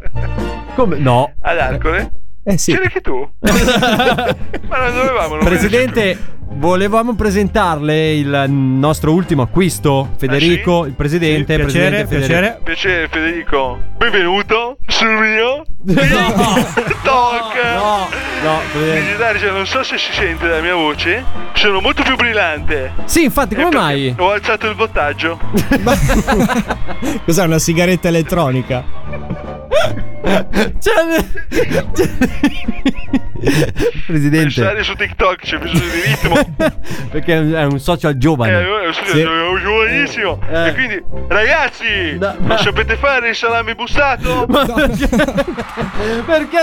J: Come? No.
K: Ad Arcole?
C: Eh sì.
K: C'eri anche tu? Ma non dovevamo non
J: Presidente, Volevamo presentarle il nostro ultimo acquisto, Federico, il presidente.
K: Eh, Sì, piacere,
J: presidente Federico.
K: piacere. Piacere Federico, benvenuto sul mio
J: No, no, eh.
K: Digitale, cioè, non so se si sente la mia voce, sono molto più brillante.
J: Sì, infatti,
K: come mai? Ho alzato il votaggio.
C: Cos'è una sigaretta elettronica?
J: presidente. Cioè,
K: Pensare Cioè, su TikTok c'è bisogno di ritmo.
J: Perché è un social
K: Eh,
J: giovane.
K: allora, scusa,
J: Sì. Eh.
K: sono giovanissimo. E quindi, ragazzi, non sapete fare il salame bustato?
J: Perché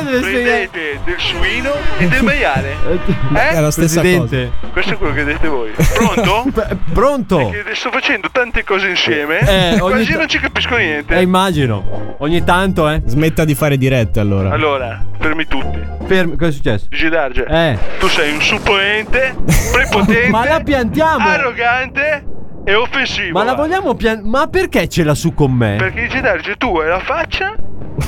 J: deve
K: Prendete del suino e del maiale. Eh?
J: È la stessa Presidente.
K: Questo è quello che dite voi. Pronto?
J: Pronto?
K: Perché sto facendo tante cose insieme.
J: Eh,
K: e
J: ogni
K: quasi
J: ta-
K: non ci capisco niente.
J: Eh, immagino. Ogni tanto, eh.
C: Smetta di fare dirette allora.
K: Allallora, fermi tutti.
J: Fermi, cosa è successo?
K: Gilarge,
J: Eh.
K: tu sei un supponente, prepotente,
J: Ma la piantiamo.
K: arrogante e offensivo.
J: Ma la vogliamo pian... Ma perché ce l'ha su con me?
K: Perché Gilarge tu hai la faccia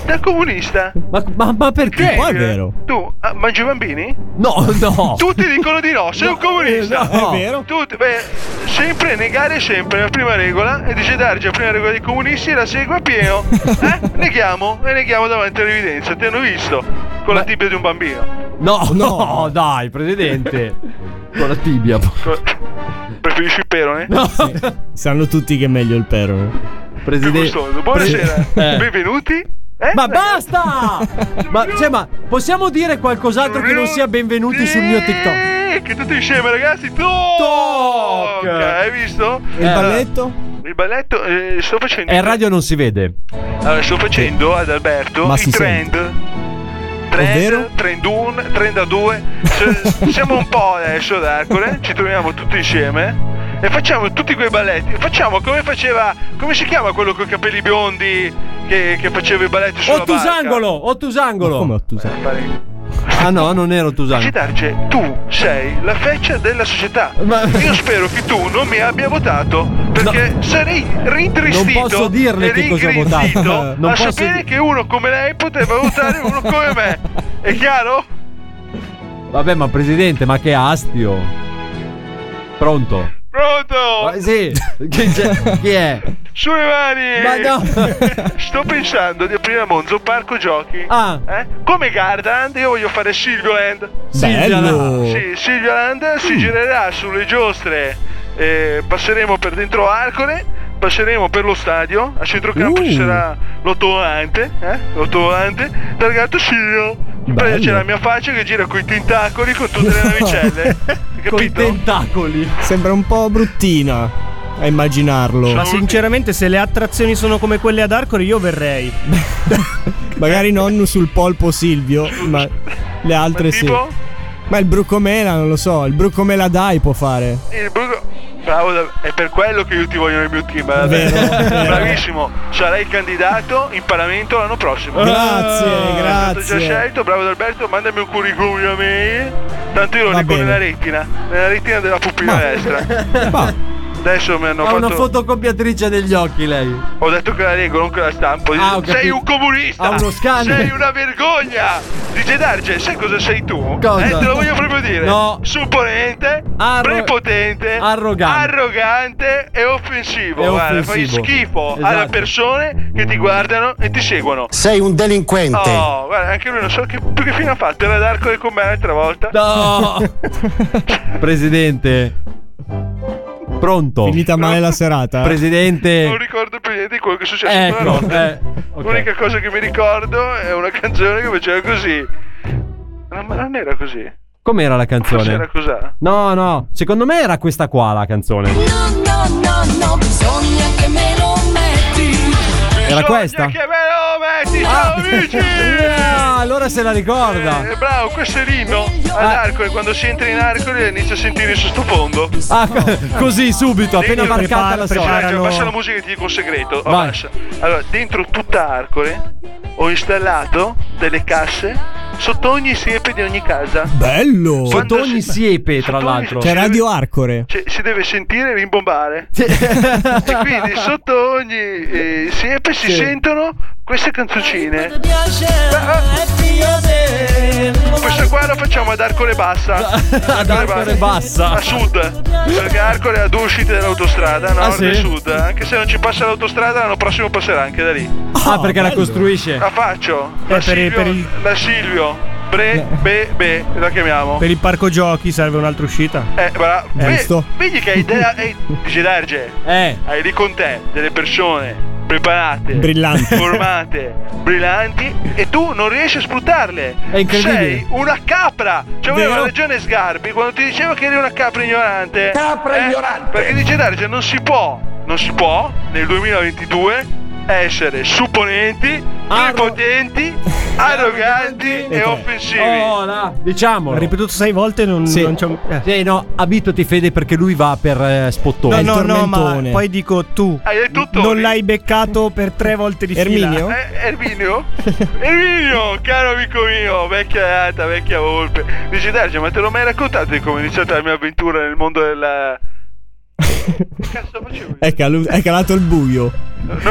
K: da comunista.
J: Ma, ma- ma perché?
K: Sì, eh, Tu ah, mangi i bambini?
J: No, no.
K: Tutti dicono di no, sei un comunista.
J: eh, no. È vero.
K: Tutti, beh, sempre negare sempre la prima regola. E dice Darge, la prima regola dei comunisti la segue a pieno. Eh? Neghiamo e neghiamo davanti all'evidenza. Ti hanno visto con la tibia di un bambino.
J: No, no, dai, presidente. Con la tibia.
K: Co- Preferisci il eh? perone? No.
C: Sanno tutti che è meglio il perro.
K: Buonasera,
C: Eh.
K: benvenuti. Eh?
J: ma basta! ma, cioè, ma possiamo dire qualcos'altro che non sia benvenuti sul mio TikTok?
K: Eh, Che tutti insieme ragazzi, Toc! Hai visto?
J: Il balletto?
K: Il balletto eh, sto facendo
J: Eh, in radio non si vede.
K: Allora, sto facendo ad Alberto
J: Ma
K: i
J: si
K: trend.
J: Ovvero?
K: Trend, trend 1, trend 2. Siamo un po' adesso ad Ercole, ci troviamo tutti insieme e facciamo tutti quei balletti. Facciamo come faceva, come si chiama quello con i capelli biondi che, che faceva i balletti sulla
J: Ottusangolo! Ottusangolo! Come
K: Ottusangolo?
J: Ah no, non era Ottusangolo.
K: Citarce, tu sei la feccia della società. Io spero che tu non mi abbia votato perché sarei rintristito.
J: Non posso dirle
K: e
J: che cosa ho
K: ringrinzito
J: votato. Non
K: a
J: posso
K: sapere
J: di-
K: che uno come lei poteva votare uno come me. È chiaro?
J: Vabbè, ma presidente, ma che astio. Pronto?
K: Pronto?
J: Ma sì, chi, c'è- chi è?
K: Eh. Sulle mani!
J: Ma no.
K: Sto pensando di aprire a Monzo un parco giochi.
J: Ah.
K: Eh? Come Gardaland io voglio fare Silvio Land.
J: Bello. Silvio Land.
K: Sì, Silvio Land si girerà sulle giostre. eh, passeremo per dentro Arcole. Passeremo per lo stadio. A centrocampo
N: Uh.
K: ci sarà l'ottovante. Eh? L'ottovante. Dal gatto Silvio. In pratica
N: Bello.
K: c'è la mia faccia che gira coi tentacoli con tutte le navicelle.
J: Con i tentacoli.
C: Sembra un po' bruttina a immaginarlo.
L: Ma sinceramente, se le attrazioni sono come quelle ad Arcoli, io verrei.
C: Magari non sul polpo Silvio, ma le altre sì.
K: tipo?
C: Ma il brucomela, non lo so, il brucomela dai può fare.
K: Il Bruco- Bravo, Dav- è per quello che io ti voglio nel mio team. eh,
C: Vero,
K: Dav-
C: vero.
K: Bravissimo, sarai candidato in Parlamento l'anno prossimo.
C: Grazie,
I: Ah,
K: È stato
C: grazie.
K: già scelto, bravo Alberto, mandami un curriculum via mail. Tanto io lo
C: Va
K: dico
C: bene.
K: nella retina, nella retina della pupilla
J: Ma-
K: destra. Adesso mi hanno
J: Ha una
K: fatto.
J: fotocopiatrice degli occhi lei.
K: Ho detto che la leggo, non che la stampo.
J: Ah, ho capito.
K: sei un comunista!
J: Ha uno scanner.
K: Sei una vergogna! Dice Darge, sai cosa sei tu?
J: Cosa?
K: Eh, te lo voglio proprio dire.
J: No.
K: Supponente,
J: Arro-
K: prepotente,
J: Arrogante.
K: arrogante e offensivo.
J: E
K: Guarda,
J: offensivo.
K: fai schifo alle
J: Esatto.
K: persone che ti guardano e ti seguono.
O: Sei un delinquente.
K: Oh, guarda, anche lui non so che, più che fine ha fatto. Era d'arco con me l'altra volta.
J: No! Presidente. Pronto?
C: Finita male la serata.
K: Non
J: Presidente.
K: ricordo più niente di quello che è successo
J: Ecco,
K: quella notte.
J: eh, ok.
K: L'unica cosa che mi ricordo è una canzone che faceva così. No, ma non era così.
J: Com'era la
K: Forse era
J: canzone?
K: cos'era?
J: No, no, secondo me era questa qua la canzone.
D: No, no, no, bisogna che me lo metti.
J: Era questa?
K: Che me lo metti, ciao amici!
J: Ah, allora se la ricorda.
K: Eh, bravo, questo è l'inno
J: Ah.
K: all'arcole. Quando si entra in arcole inizia a sentire il sottofondo.
J: Ah, così subito, appena
K: Dentro-
J: marcata la
K: Prepara-
J: sorta.
K: Passa la musica e ti dico un segreto.
J: Vai.
K: Abbassa. Allora, dentro tutta Arcole ho installato delle casse sotto ogni siepe di ogni casa.
C: Bello!
J: Sotto ogni siepe, tra l'altro.
C: C'è Radio Arcore.
K: Cioè, si deve sentire rimbombare. e quindi sotto ogni eh, siepe si
C: Sì.
K: sentono queste canzoncine. Questo qua lo facciamo ad Arcole Bassa.
J: Ad Arcole Bassa.
K: A sud. Perché Arcole ha due uscite dall'autostrada, nord
J: Ah, sì?
K: e sud. Anche se non ci passa l'autostrada, l'anno prossimo passerà anche da lì.
J: ah, perché la costruisce.
K: La faccio. La,
J: Eh, per i-
K: Silvio,
J: per il- Eh.
K: la Silvio. Bre, be, be, la chiamiamo.
L: Per il parco giochi serve un'altra uscita.
K: Eh, bra-
L: Eh,
K: ve-
L: sto.
K: vedi che hai idea. hai- Dice Darge,
J: Eh.
K: hai lì con te delle persone preparate,
C: Brillanti.
K: formate, brillanti, e tu non riesci a sfruttarle.
C: È incredibile.
K: Sei una capra. Cioè, aveva
C: Vero?
K: ragione Sgarbi quando ti diceva che eri una capra ignorante. Eh?
C: Capra ignorante.
K: Perché dice Darge, non si può, non si può nel 2022 essere supponenti, prepotenti, arroganti e offensivi.
C: Oh,
J: Diciamolo.
L: L'ho ripetuto sei volte non,
J: Sì.
L: non c'è un- eh.
J: Sì, no, abituati Fede perché lui va per eh, spottone.
L: No, no, no, ma poi dico tu. Non l'hai beccato per tre volte di
J: Erminio?
L: fila.
K: Eh, Erminio? Erminio, caro amico mio, vecchia ata, vecchia volpe. Dici, Darge, ma te l'ho mai raccontato di come è iniziata la mia avventura nel mondo della...
C: È, calu- è calato ecco, il buio.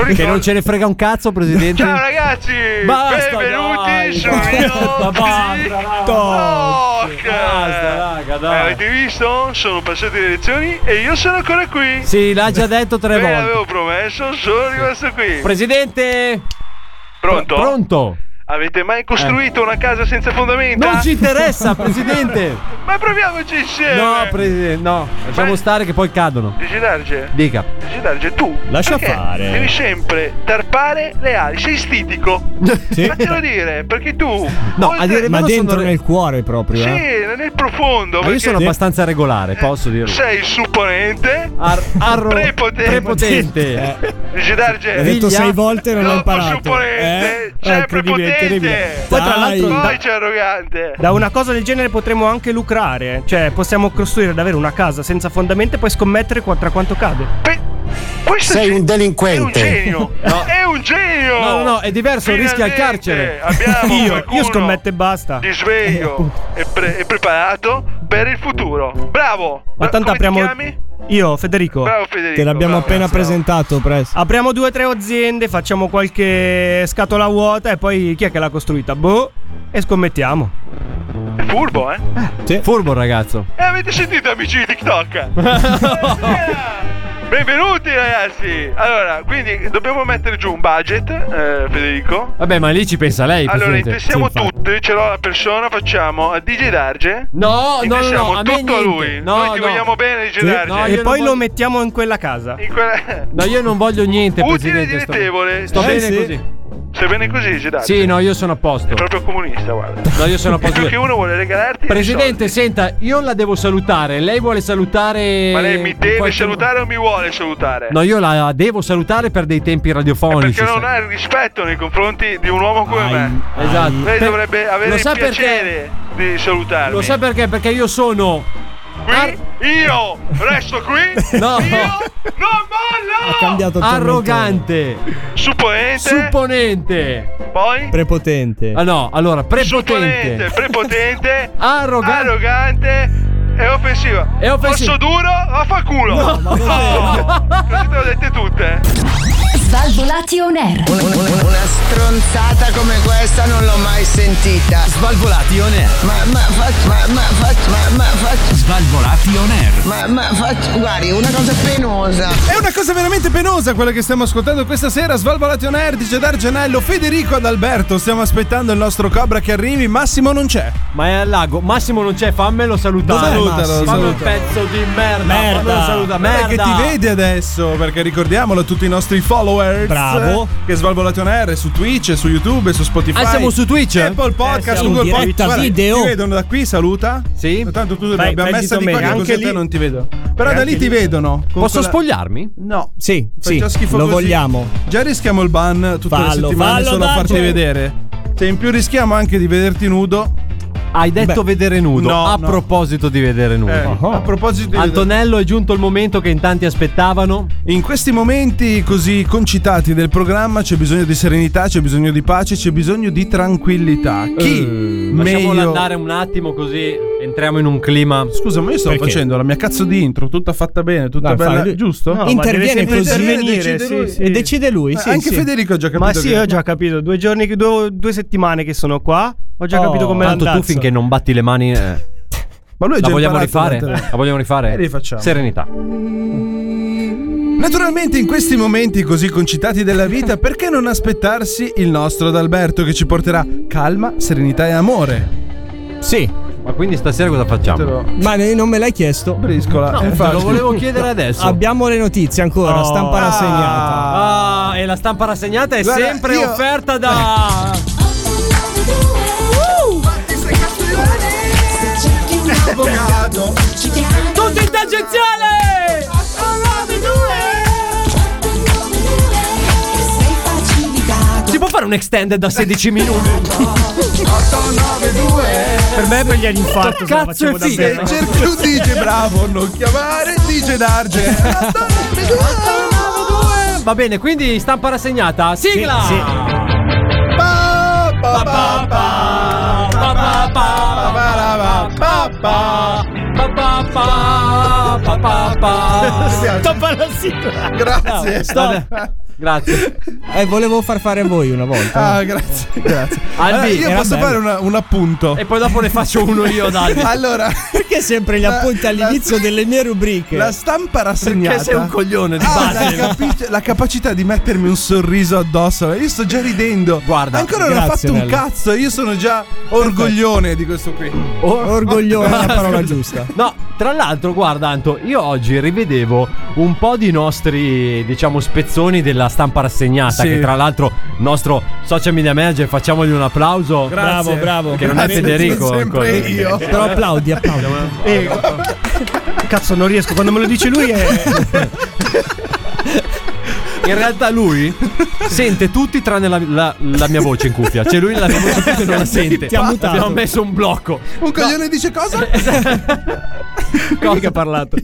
J: Eh, Che non ce ne frega un cazzo, presidente.
K: Ciao ragazzi,
J: Basta,
K: benvenuti
J: dai,
K: su
J: basta,
K: Io
J: basta,
K: Talk.
J: basta, raga, dai.
K: Eh, Avete visto? Sono passate le elezioni e io sono ancora qui.
J: Sì, l'ha già detto tre
K: Ve
J: volte.
K: l'avevo promesso, sono rimasto qui.
J: Presidente!
K: Pronto?
J: Pronto? Eh.
K: Avete mai costruito una casa senza fondamenta?
J: Non ci interessa, presidente.
K: Ma proviamoci insieme.
J: No, presidente, no. Lasciamo stare che poi cadono.
K: Dici Darge?
J: Dica.
K: Dici Darge, tu
J: Lascia
K: perché
J: fare.
K: Devi sempre tarpare le ali. Sei stitico. Fatelo dire, perché tu.
J: No, a dire il
C: Ma
J: vero sono
C: dentro
J: re-
C: nel cuore proprio.
K: Sì,
C: eh.
K: nel profondo.
J: Ma io
K: perché
J: sono abbastanza
K: Eh.
J: regolare, posso dirlo.
K: Sei supponente.
J: arro-
K: Cioè, prepotente.
J: prepotente. Eh.
K: Dici Darge.
C: L'ha detto sei volte e non l'ho imparato. Eh?
I: eh,
K: Supponente. Cioè,
L: incredibile,
K: prepotente.
L: incredibile. Poi, tra l'altro,
K: Poi
L: da-
K: c'è arrogante.
L: Da una cosa del genere potremmo anche lucrare. eh. Cioè, possiamo costruire davvero una casa senza fondamenta e poi scommettere qua- tra quanto cade.
K: Questo
L: Sei un
K: delinquente. È un genio.
L: No.
K: È un genio.
L: No, no, no, è diverso, rischia il carcere.
K: Abbiamo
L: Io- io
K: qualcuno
L: scommetto e basta.
K: Di
J: Eh, uh.
K: sveglio e, pre- e preparato per il futuro. Bravo.
L: Ma tanto
K: Come ti
L: apriamo.
K: chiami?
L: Io, Federico.
K: Bravo Federico.
C: Te l'abbiamo
K: bravo,
C: appena
K: bravo.
C: presentato, presto.
L: Apriamo due o tre aziende, facciamo qualche scatola vuota e poi chi è che l'ha costruita? Boh, e scommettiamo.
K: È furbo, eh?
J: Furbo ragazzo.
K: E avete sentito amici di TikTok? Benvenuti ragazzi! Allora, quindi dobbiamo mettere giù un budget, eh, Federico.
J: Vabbè, ma lì ci pensa lei,
K: Allora,
J: presidente.
K: intessiamo
J: Sì, infatti.
K: tutti, ce l'ho la persona, facciamo a DJ Darge.
J: No, no, no,
K: Intessiamo
J: a me
K: tutto a
J: niente.
K: lui.
J: No,
K: Noi ti
J: no.
K: vogliamo bene, DJ
J: Sì.
K: Darge.
J: No, io
L: e
J: non
L: poi
J: voglio-
L: lo mettiamo in quella casa.
K: In quella-
J: No, io non voglio niente,
K: Utile e
J: presidente. sto-
K: dilettevole.
J: Sto
K: Sì,
J: bene
K: Eh, sì.
J: così.
K: Stai bene così, DJ Darge?
J: Sì, no, io sono a
K: È
J: posto.
K: proprio comunista, guarda.
J: No, io sono a posto.
K: Più che uno vuole regalarti.
J: Presidente, senta, io la devo salutare. Lei vuole salutare.
K: Ma lei mi
J: in
K: deve
J: eh, qualche-
K: salutare o mi vuole salutare?
J: No, io la devo salutare per dei tempi radiofonici.
K: Eh, Perché non
J: sai.
K: ha il rispetto nei confronti di un uomo come me.
J: esatto.
K: Lei
J: Per-
K: dovrebbe avere
J: lo
K: il
J: sa perché?
K: piacere di salutarmi.
J: Lo sa perché? Perché io sono.
K: Qui io resto qui.
J: No.
K: Io non mollo.
J: Arrogante.
K: Eh? Supponente.
J: Supponente.
K: Poi?
C: Prepotente.
J: Ah no, allora,
K: Supponente,
J: prepotente.
K: prepotente,
J: Arrogante.
K: arrogante e offensiva.
J: E offensiva.
K: Osso duro, ma fa culo.
G: No, ma
K: Oh, così te l'ho dette tutte.
G: Svalvolati on air.
N: Una stronzata come questa non l'ho mai sentita. Svalvolati on air. Ma ma fac- ma ma fac- ma ma fac-
O: Svalvolati on air.
N: ma ma fac- guardi, una cosa penosa.
I: È una cosa veramente penosa quella che stiamo ascoltando questa sera. Svalvolati on air, dice Dargenello, Federico ad Alberto. Stiamo aspettando il nostro Cobra che arrivi. Massimo non c'è.
J: Ma è al lago. Massimo non c'è, fammelo
I: Dov'è
J: salutare. Salutalo,
I: Massimo?
J: Fammi un
I: Salutalo.
J: pezzo di merda.
I: Merda.
J: fammelo salutare.
I: Guarda
J: Merda.
I: che ti vede adesso, perché ricordiamolo a tutti i nostri followers.
J: Bravo.
I: eh, Che Svalvolati on air è su Twitch, è su YouTube, è su Spotify.
J: Ah, siamo su Twitch?
I: Apple
J: Eh,
I: Podcast,
J: siamo in
I: Google Podcast.
J: diretta
I: Guarda,
J: video.
I: Ti vedono da qui, saluta. Sì. Tanto tu
J: Vai,
I: l'abbiamo messa
J: prendito
I: di qua,
J: me.
I: che
J: Anche
I: così a te
J: lì.
I: non ti vedo. Però da
J: Anche
I: lì ti
J: lì.
I: vedono. con
J: Posso
I: quella-
J: spogliarmi?
I: No.
C: Sì,
I: Fai
C: sì.
I: già schifo
C: Lo
I: così.
C: vogliamo.
I: Già rischiamo il ban tutte le
C: Fallo,
I: settimane
C: fallo,
I: solo a farti
C: Darge.
I: vedere. Se in più rischiamo anche di vederti nudo.
J: Hai detto vedere nudo.
I: No,
J: a
I: no.
J: proposito di vedere nudo.
I: Eh, a proposito di
J: Antonello è giunto il momento che in tanti aspettavano.
I: in questi momenti così concitati del programma c'è bisogno di serenità, c'è bisogno di pace, c'è bisogno di tranquillità. Chi
J: Eh, Lasciamola
I: meglio
J: andare un attimo così entriamo in un clima.
I: Scusa, ma io stavo facendo la mia cazzo di intro, tutta fatta bene, tutta
J: Dai,
I: bella,
J: fai-
I: giusto?
J: No,
I: ma
L: interviene
I: deve
L: per
I: sempre
L: intervenire
I: decide lui.
L: sì, sì. e decide lui.
I: Ma
L: sì,
I: anche
L: sì.
I: Federico ha già capito
L: Ma sì,
I: che-
L: ho già capito. Due giorni, che- due, due settimane che sono qua. Ho
C: Oh,
L: già capito come
J: Tanto tu finché non batti le mani. eh.
I: Ma lui è
J: la
I: già imparato
J: vogliamo rifare?
I: durante-
J: La vogliamo rifare?
I: eh. E rifacciamo.
J: Serenità.
I: Naturalmente in questi momenti così concitati della vita, perché non aspettarsi il nostro D'Alberto che ci porterà calma, serenità e amore?
J: Sì. Ma quindi stasera cosa facciamo?
C: Ma ne- non me l'hai chiesto.
I: Briscola,
J: No, infatti. te lo volevo chiedere adesso.
C: Abbiamo le notizie ancora,
J: Oh.
C: stampa rassegnata.
J: Ah, e la stampa rassegnata è
C: Guarda,
J: sempre
C: io-
J: offerta da.
B: Tutto in tangenziale!
J: Si può fare un extended da 16 minuti?
L: Per me per gli infarto. se la
J: Cazzo
L: facciamo
J: è figa,
L: davvero.
C: cioè,
I: C'è più dice bravo non chiamare, dice Darge.
J: Va bene, quindi stampa rassegnata. Sigla!
B: Sì,
L: Stoppa la sigla.
I: Grazie.
C: Vabbè.
J: Grazie.
C: Eh, volevo far fare a voi una volta.
I: Ah, grazie, grazie.
C: Albi,
I: Allora, io
C: era
I: posso
C: bello. Eh,
I: fare una- un appunto.
J: E poi dopo ne faccio uno io, Dalvi.
I: Allora,
C: Perché sempre gli
I: La-
C: appunti all'inizio delle mie rubriche?
I: la stampa rassegnata.
J: Perché sei un coglione di
I: Ah,
J: base.
I: la, capi- la capacità di mettermi un sorriso addosso. Io sto già ridendo. Guarda, ancora non ho
C: grazie,
I: fatto un
C: bello.
I: cazzo. Io sono già orgoglione di questo qui.
C: Orgoglione è la parola giusta.
J: No, tra l'altro, guarda Anto, io oggi rivedevo un po' di nostri, diciamo, spezzoni della stampa rassegnata.
I: Sì.
J: Che tra l'altro, nostro social media manager, facciamogli un applauso.
I: Grazie.
C: Bravo, bravo.
J: Che non è
I: Grazie,
J: Federico.
I: sono sempre
J: ancora.
I: io.
C: Però applaudi, applaudi.
L: Eh, Cazzo, non riesco. Quando me lo dice lui è.
J: In realtà lui sente tutti tranne la, la- la mia voce in cuffia. Cioè lui la mia voce in cuffia non la sente.
C: Ti ha mutato.
J: Abbiamo messo un blocco.
I: Un coglione dice cosa?
J: Cosa che ha parlato?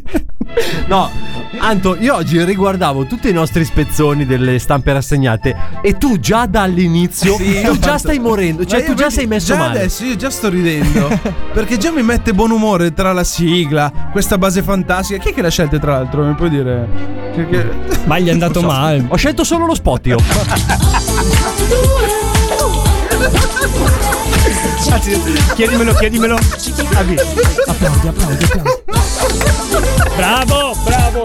J: No, Anto, io oggi riguardavo tutti i nostri spezzoni delle stampe rassegnate e tu già dall'inizio, tu già stai morendo, cioè
I: Ma io
J: tu già
I: vedi-
J: sei messo
I: già
J: male.
I: adesso io già sto ridendo. perché già mi mette buon umore tra la sigla, questa base fantastica. Chi è che l'ha scelta, tra l'altro? Mi puoi dire? Perché-
C: Ma gli è andato male.
J: Ho scelto solo lo spot io.
L: Anzi, chiedimelo, chiedimelo. Ah, Abbi.
C: Applaudi, applaudi, applaudi.
L: Bravo, bravo.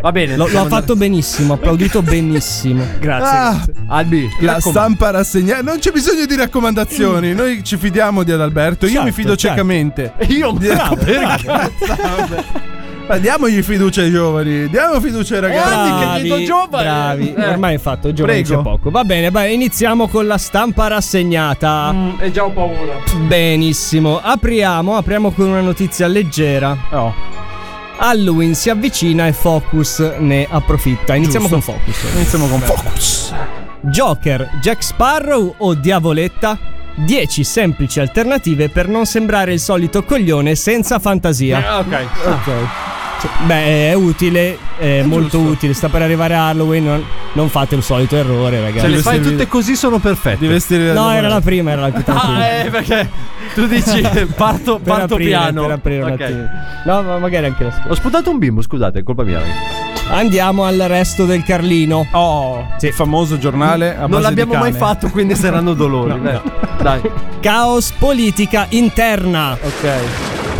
J: Va bene,
C: Lo, lo ha
J: siamo-
C: fatto benissimo, applaudito benissimo.
L: Grazie.
I: Ah,
J: Albi, ti
I: la
J: raccomando.
I: stampa rassegnata. Non c'è bisogno di raccomandazioni. Noi ci fidiamo di Adalberto. Io
C: Certo,
I: mi fido
C: certo.
I: ciecamente.
J: Io
I: Di-
J: bravo, perché?
I: Ma diamogli fiducia ai giovani. Diamo fiducia ai ragazzi.
J: Guardi che dico giovane.
C: bravi.
J: Eh.
C: Ormai è fatto, giovane
I: Prego.
C: c'è poco. Va bene, vai, iniziamo con la stampa rassegnata.
J: Mm, E già ho paura.
C: Benissimo, apriamo, apriamo con una notizia leggera.
I: No.
C: Halloween si avvicina e Focus ne approfitta. Iniziamo con Focus.
I: Iniziamo con Focus.
C: Joker, Jack Sparrow o Diavoletta? 10 semplici alternative per non sembrare il solito coglione senza fantasia.
J: Ah, ok.
C: Cioè, Beh, è utile, è, molto utile. Sta per arrivare Halloween. Non, non fate il solito errore,
J: Se
C: ragazzi.
J: le fai tutte così sono
I: Di
J: perfette.
I: vestire da
C: No, era
I: giovane.
C: la prima, era la più
J: Ah,
C: tranquilla.
J: eh, perché tu dici parto,
C: Per
J: parto
C: aprire,
J: piano.
C: Per aprire un
J: Ok.
C: attimo. No, ma magari anche la scorsa.
J: Ho sputato un bimbo, scusate, è colpa mia. ragazzi.
C: Andiamo al resto del Carlino.
I: Oh, il famoso giornale. A
J: Non l'abbiamo mai fatto, quindi saranno dolori. dai. Dai.
C: Caos politica interna.
I: Ok.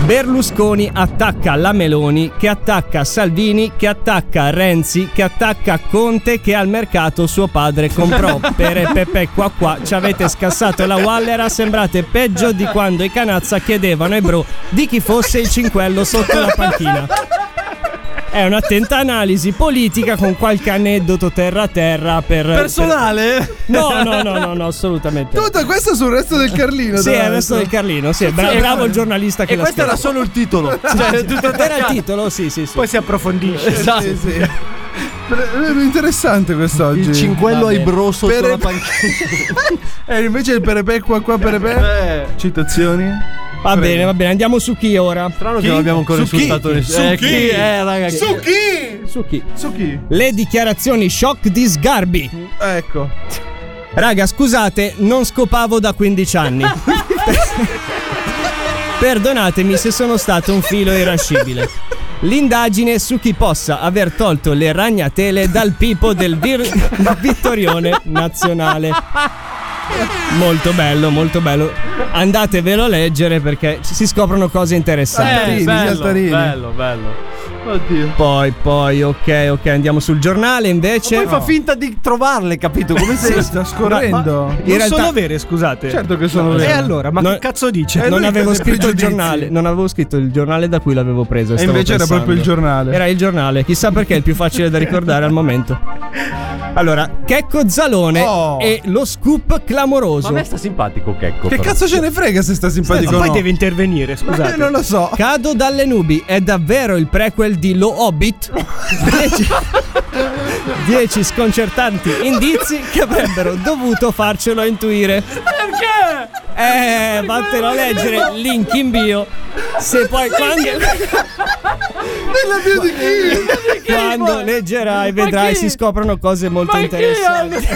C: Berlusconi attacca la Meloni, che attacca Salvini, che attacca Renzi, che attacca Conte, che al mercato suo padre comprò. Pere Pepe qua qua, ci avete scassato la Wallera, sembrate peggio di quando i Canazza chiedevano ai bro di chi fosse il cinquello sotto la panchina. È un'attenta analisi politica con qualche aneddoto terra terra per...
J: Personale?
C: per- No, no, no, no, no, assolutamente. no.
I: Tutto questo sul resto del Carlino.
C: Sì,
I: tra
C: è il
I: l'altro.
C: resto del Carlino, sì, bra-
J: Sì,
C: bravo
J: e-
C: il giornalista che
J: E
C: l'ha
J: questo era
C: scritto.
J: solo il titolo. Cioè, tutto
C: Era il
J: attaccato.
C: titolo, sì, sì, sì.
L: Poi si approfondisce.
J: Esatto.
I: Sì, sì. Pre- Interessante quest'oggi.
J: Il cinguello
C: Va bene.
J: ai bro sotto
I: Per-
J: la panchina. Eh,
I: E invece il perepè qua qua perepè. Citazioni.
C: Va bene, va bene, andiamo su chi ora?
J: Strano che non abbiamo ancora insultato nessuno. Eh, chi? Eh, raga, chi?
I: Su chi?
C: Su chi?
I: Su chi?
C: Le dichiarazioni shock di Sgarbi.
I: Ecco.
C: Raga, scusate, non scopavo da 15 anni. Perdonatemi se sono stato un filo irascibile. L'indagine su chi possa aver tolto le ragnatele dal pipo del vir- vittorione nazionale. Molto bello, molto bello. Andatevelo a leggere perché ci- si scoprono cose interessanti.
J: Eh, bello, bello, bello. Oddio.
C: Poi, poi, ok, ok, andiamo sul giornale invece.
J: Poi fa finta di trovarle, capito? Come
I: Sì,
J: se
I: sta scorrendo.
C: Ma- ma-
I: Non
C: in realtà-
I: sono
L: vere, scusate.
I: Certo che sono vere.
C: E allora, ma che cazzo dice?
I: Eh,
C: non
I: lui
C: avevo
I: cade
C: scritto il
I: pregiudizi.
C: giornale, non avevo scritto il giornale da cui l'avevo preso.
I: E
C: stavo
I: invece era
C: pensando.
I: proprio il giornale.
C: Era il giornale, chissà perché è il più facile da ricordare al momento. Allora, Checco Zalone
I: Oh.
C: e lo scoop clamoroso.
J: Ma a me sta simpatico Checco.
I: Che
J: però.
I: cazzo ce ne frega se sta simpatico o no?
L: intervenire,
I: Eh, non lo so.
C: Cado dalle nubi è davvero il prequel di Lo Hobbit? 10 sconcertanti indizi che avrebbero dovuto farcelo intuire. Perché? Eh, vattene a leggere, link in bio. Se poi quando,
I: Nella bio di chi?
C: quando leggerai vedrai si scoprono cose molto interessanti.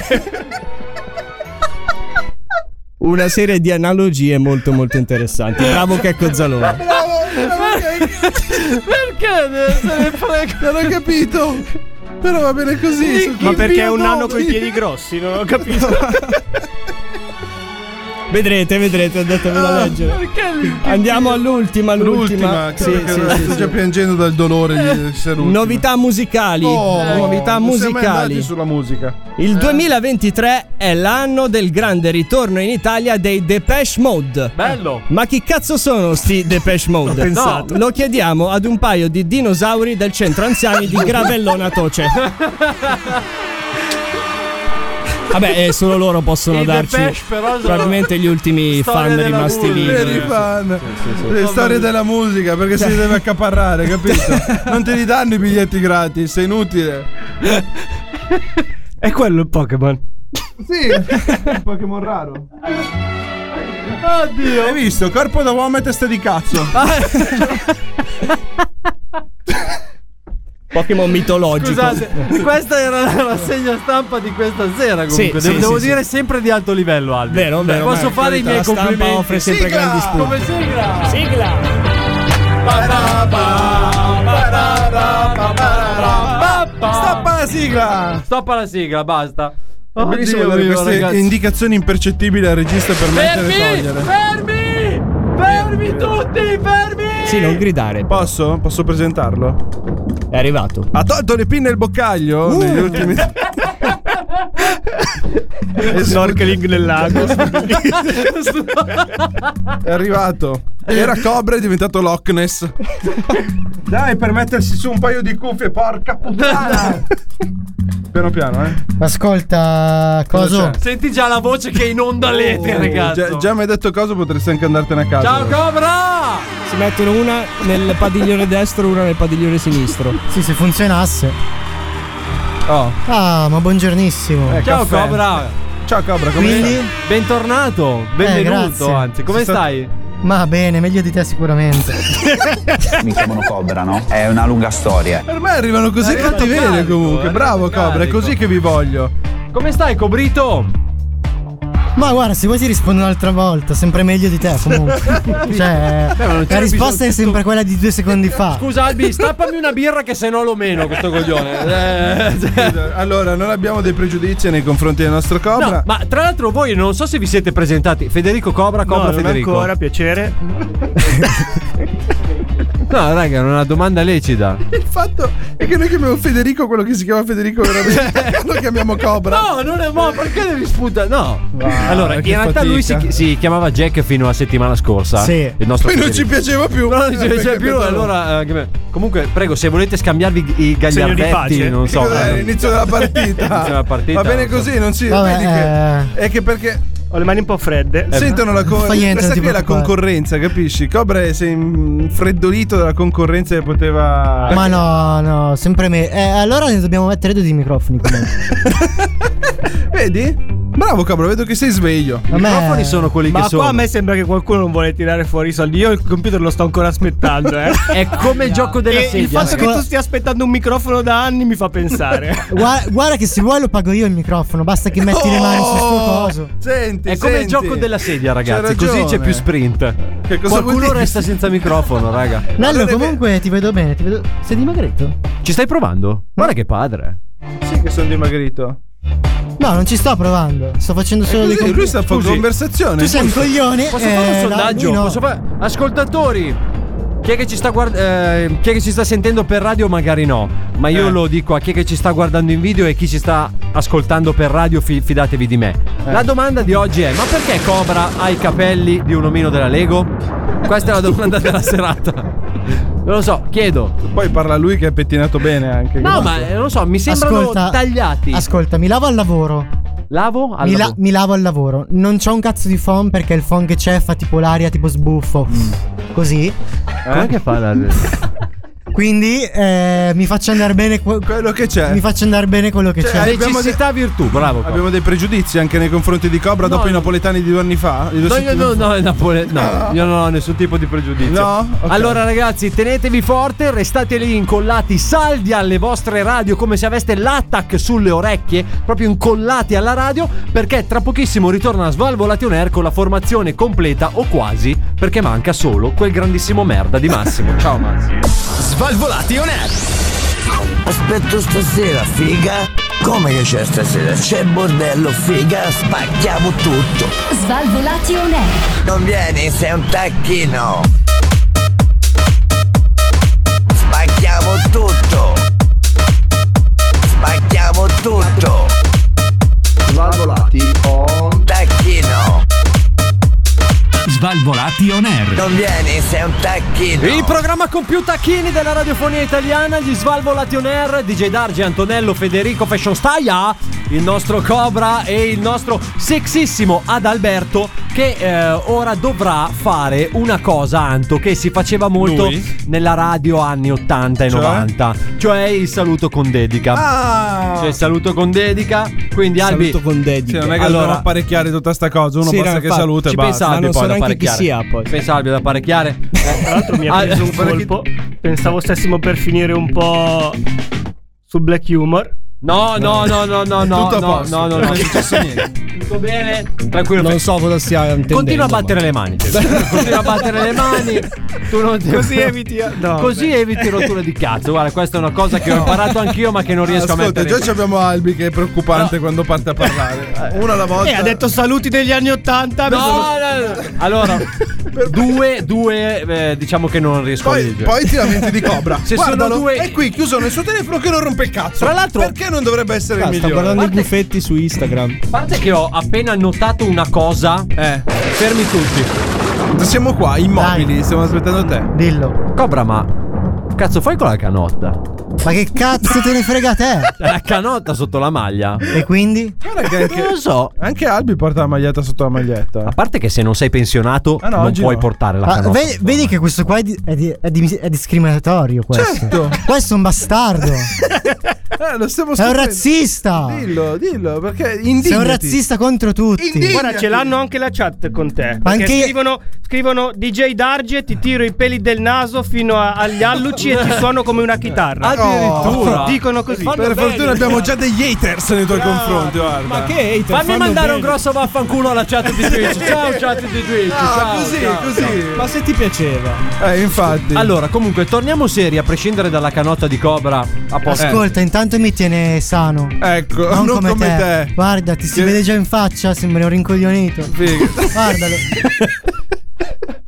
C: Una serie di analogie molto molto interessanti. Bravo Checco Zalone.
I: Non ho capito. Però va bene così.
L: Ma perché è un nano con i piedi grossi? Non ho capito.
C: Vedrete, vedrete, andatevelo a leggere. Andiamo all'ultima, l'ultima.
I: L'ultima, sì, Eh,
C: Sì, sì, sì,
I: sto
C: sì.
I: già piangendo dal dolore di essere ultima.
C: Novità musicali.
I: Oh,
C: novità
I: non siamo mai andati
C: musicali.
I: sulla musica.
C: Il 2023 è l'anno del grande ritorno in Italia dei Depeche Mode.
J: Bello.
C: Ma chi cazzo sono sti Depeche Mode?
J: pensato.
C: No, Lo chiediamo ad un paio di dinosauri del centro anziani di Gravellona Toce. Vabbè, eh, solo loro possono darci.
J: Depeche però sono-
C: probabilmente gli ultimi
J: Storia
C: fan
J: della
C: rimasti
J: musica.
C: vivi.
I: Veri fan. Le storie della musica, perché si deve accaparrare, capito? Non te li danno i biglietti gratis, è inutile.
L: È quello il Pokémon.
I: Sì, un Pokémon raro. Oddio. Hai visto? Corpo da uomo e testa di cazzo.
C: Pokémon mitologico.
J: Scusate, questa era la rassegna stampa di questa sera. Comunque,
C: Sì,
J: De-
C: sì,
J: devo
C: sì,
J: dire sempre di alto livello, Albi. Cioè,
C: Vero, vero.
J: Posso
C: ma-
J: fare i miei
C: la stampa
J: complimenti.
C: offre sempre
I: Sigla!
C: grandi spunti.
J: Come sigla?
C: Sigla!
I: Stoppa la sigla.
J: Stoppa la sigla, basta.
I: È bellissimo avere
J: mio,
I: queste
J: ragazzi.
I: indicazioni impercettibili al regista per mettere e togliere.
J: Fermi! Fermi tutti, fermi!
C: Sì, non gridare.
I: Posso? Posso presentarlo?
C: È arrivato.
I: Ha tolto le pinne e il boccaglio negli ultimi.
L: Snorkeling nel lago.
I: È arrivato. Era Cobra è diventato Loch Ness. Dai, per mettersi su un paio di cuffie, porca puttana. piano piano, eh.
O: Ascolta, coso.
I: c'è?
J: Senti già la voce che inonda l'etere, ragazzi.
I: Oh, Già, già mi hai detto cosa, potresti anche andartene a casa.
J: Ciao Cobra!
C: Si mettono una nel padiglione destro, una nel padiglione sinistro.
O: Sì, se funzionasse.
I: Oh.
O: Ah, ma buongiornissimo.
I: Eh,
J: Ciao
I: caffè.
J: Cobra!
I: Ciao Cobra, come
O: Quindi? Eh,
I: stai?
J: Bentornato, benvenuto
O: grazie.
J: anzi. Come
I: Sei stato-
J: stai?
O: Ma bene, meglio di te sicuramente.
M: Mi chiamano Cobra, no? È una lunga storia.
I: Per me arrivano così
J: Arriva
I: cattiverie
J: carico,
I: comunque.
J: arriva
I: Bravo Cobra, è
J: carico.
I: così che vi voglio.
J: Come stai Cobrito?
O: Ma guarda, se vuoi ti rispondo un'altra volta, sempre meglio di te comunque. cioè, la risposta è sempre quella di due secondi fa.
J: Scusa Albi, stappami una birra che se no lo meno questo coglione. Eh, cioè-
I: Allora, non abbiamo dei pregiudizi nei confronti del nostro Cobra.
J: No, ma tra l'altro voi non so se vi siete presentati. Federico Cobra, Cobra
L: No, non
J: Federico.
L: ancora, piacere.
J: No, raga, è una domanda lecita.
I: Il fatto è che noi chiamiamo Federico quello che si chiama Federico veramente. lo chiamiamo Cobra.
J: No, non è mo, perché devi sputare? No.
I: Ah,
J: allora, in
I: che
J: realtà lui si,
I: fatica.
J: si chiamava Jack fino alla settimana scorsa.
O: Sì.
J: Il nostro
I: Poi non ci piaceva
J: Federico.
I: più.
J: No, non ci piace
I: Perché
J: più.
I: abbiamo-
J: Allora, eh, che me- comunque, prego, se volete scambiarvi i gagliardetti,
L: pace.
J: non so.
I: Cos'è?
J: eh,
I: L'inizio della partita.
J: della partita,
I: Va bene
J: non so.
I: così, non si.
O: Vabbè, eh,
I: vedi che- è che perché.
L: Ho le mani un po' fredde.
I: Sentono la co-
O: Fa niente,
I: questa
O: non ti
I: qui è la
O: preoccupare.
I: concorrenza, capisci? Cobra è- si è infreddolito dalla concorrenza e poteva.
O: Ma no, no, sempre me. Eh, allora ne dobbiamo mettere due di microfoni comunque.
I: Vedi? Bravo, cavolo, vedo che sei sveglio.
P: I microfoni sono quelli
K: Ma
P: che sono.
K: qua a me sembra che qualcuno non vuole tirare fuori i soldi. Io il computer lo sto ancora aspettando. Eh.
J: È come il gioco della
K: e Il
J: sedia.
K: fatto che
J: Scusa.
K: tu stia aspettando un microfono da anni mi fa pensare.
C: Guarda, guarda che se vuoi lo pago io il microfono, basta che metti le mani sul tuo
J: Oh!
C: coso.
I: Senti,
J: È come il
I: senti.
J: gioco della sedia, ragazzi.
I: C'ha
J: Così
I: ragione.
J: c'è più sprint.
I: Che cosa vuol
J: Qualcuno
I: dire?
J: resta senza microfono, raga.
C: Nello, comunque ti vedo bene, ti vedo. Sei dimagrito?
J: Ci stai provando? Guarda che padre.
I: Sì, che sono dimagrito.
C: No, non ci sto provando. Sto facendo solo
J: Eh,
C: dei
I: Così,
C: compiti.
I: lui sta facendo
J: Scusi,
I: conversazione.
C: Tu sei un coglione.
J: Posso fare un
C: eh, no,
J: sondaggio?
C: lui no.
J: Posso fare- Ascoltatori. Chi è, che ci sta guard- eh, chi è che ci sta sentendo per radio magari no, ma io lo dico a chi è che ci sta guardando in video e chi ci sta ascoltando per radio, fi- fidatevi di me. La domanda di oggi è: ma perché Cobra ha i capelli di un omino della Lego? Questa è la domanda della serata. Non lo so, chiedo.
I: Poi parla lui che è pettinato bene anche.
J: No, ma eh, non lo so, mi sembrano
C: Ascolta,
J: tagliati.
C: Ascolta, mi lavo al lavoro.
J: Lavo? Al
C: Mi, la-
J: lavoro.
C: mi lavo al lavoro. Non c'ho un cazzo di phon perché il phon che c'è fa tipo l'aria tipo sbuffo.
J: Mm.
C: Così.
J: Com'è che fa la.
C: Quindi eh, mi faccio andare bene que-
I: quello che c'è.
C: Mi faccio andare bene quello
J: Cioè,
C: che c'è.
J: necessità virtù, bravo. Cobra.
I: Abbiamo dei pregiudizi anche nei confronti di Cobra dopo i napoletani di due anni fa? Di due
J: No, io
I: settimane
J: no,
I: fa?
J: no, è Napole- no, io non ho nessun tipo di pregiudizio.
I: Ah. No? Ok.
J: Allora, ragazzi, tenetevi forte, restate lì incollati, saldi alle vostre radio come se aveste l'attack sulle orecchie, proprio incollati alla radio, perché tra pochissimo ritorna Svalvolation Air con la formazione completa o quasi, perché manca solo quel grandissimo merda di Massimo. Ciao Massimo.
Q: Svalvolati on air. Aspetto stasera, figa. Come che c'è stasera? C'è bordello, figa. Spacchiamo tutto.
G: Svalvolati on air.
Q: Non vieni, sei un tacchino. Spacchiamo tutto. Spacchiamo tutto. Svalvolati
C: oh.
Q: on tacchino.
J: Svalvolati on air.
Q: Non vieni, sei un tacchino.
J: Il programma con più tacchini della radiofonia italiana, gli Svalvolati on Air, DJ Dargi, Antonello, Federico, Fashion Staglia, il nostro Cobra e il nostro sexissimo Adalberto che eh, ora dovrà fare una cosa, Anto, che si faceva molto
I: Lui?
J: nella radio anni 80 e
I: Cioè?
J: 90, cioè il saluto con dedica.
I: Ah!
J: Cioè il saluto con dedica, quindi
I: Saluto
J: Albi...
I: con
J: dedica.
I: Sì, non è che dobbiamo apparecchiare tutta sta cosa. Uno
J: Sì,
I: basta
J: no,
I: che
J: infatti,
I: saluta e
J: ci
I: basta.
J: pensa Albi poi ad apparecchiare. Pensa Albi ad apparecchiare.
K: Tra l'altro mi ha
J: Ah,
K: preso un
J: guarda che-
K: colpo. Pensavo stessimo per finire un po' su Black Humor.
J: No, no, no, no, no, no,
K: Tutto a
J: no,
K: posto.
J: no, no, no.
K: Non è successo
J: Tutto bene? Tranquillo.
R: Non so cosa stia intendendo.
J: Continua a battere le mani. Continua a battere le mani. Tu non ti-
K: Così eviti- no,
J: Così
K: vabbè.
J: eviti rotture di cazzo. Guarda, questa è una cosa che ho imparato anch'io, ma che non riesco a
I: Ascolta,
J: mettere.
I: già ci abbiamo Albi che è preoccupante quando parte a parlare. Una alla volta.
J: Eh,
K: E ha detto saluti degli anni Ottanta.
J: No, Allora, due, due, eh, diciamo che non riesco a
I: Poi,
J: leggere.
I: poi ti lamenti di Cobra.
J: Se
I: Guardalo,
J: sono due.
I: È qui chiuso nel suo telefono che non rompe il cazzo.
J: Tra l'altro-
I: perché non dovrebbe essere il
R: Sto
I: migliore?
R: guardando i
J: Guarda-
R: buffetti su Instagram.
J: A parte che ho appena notato una cosa.
I: Eh.
J: Fermi tutti.
I: Siamo qua, immobili, stiamo aspettando te.
C: Dillo.
J: Cobra, ma. Cazzo, fai con la canotta.
C: Ma che cazzo te ne frega te?
J: Cioè, La canotta sotto la maglia.
C: E quindi?
I: Guarda che anche,
J: Non lo so.
I: anche Albi porta la maglietta sotto la maglietta.
J: A parte che se non sei pensionato,
I: Ah, no,
J: non
I: oggi
J: puoi
I: no.
J: portare la
C: Ma
J: canotta.
C: Ah, vedi, vedi che questo qua è, di- è di- è di- è discriminatorio. Questo.
I: Certo.
C: Questo è un bastardo.
I: Eh, lo stiamo
C: È un
I: scoprendo.
C: razzista.
I: Dillo, dillo, perché indignati.
C: Sei un razzista contro tutti.
K: Guarda, ce l'hanno anche la chat con te.
C: Ma
K: Perché
C: anche io-
K: scrivono, scrivono DJ Darge, ti tiro i peli del naso fino a- agli alluci e ti suono come una chitarra.
I: Addirittura.
K: Dicono così.
I: Per fortuna abbiamo già degli haters nei tuoi confronti, guarda.
R: Ma che hater?
J: Fammi
R: fanno
J: mandare un
R: bene.
J: grosso vaffanculo alla chat di Twitch. Ciao, chat di Twitch. ciao,
I: così,
J: ciao,
I: così.
J: ciao.
R: Ma se ti piaceva?
I: Eh, infatti.
J: Allora, comunque, torniamo seri a prescindere dalla canotta di Cobra. A posto.
C: Ascolta, intanto mi tiene sano.
I: Ecco,
C: Eh. Non, come, te. Guarda, ti si
I: Che-
C: vede già in faccia, sembra un rincoglionito.
I: Figa.
C: Guardalo.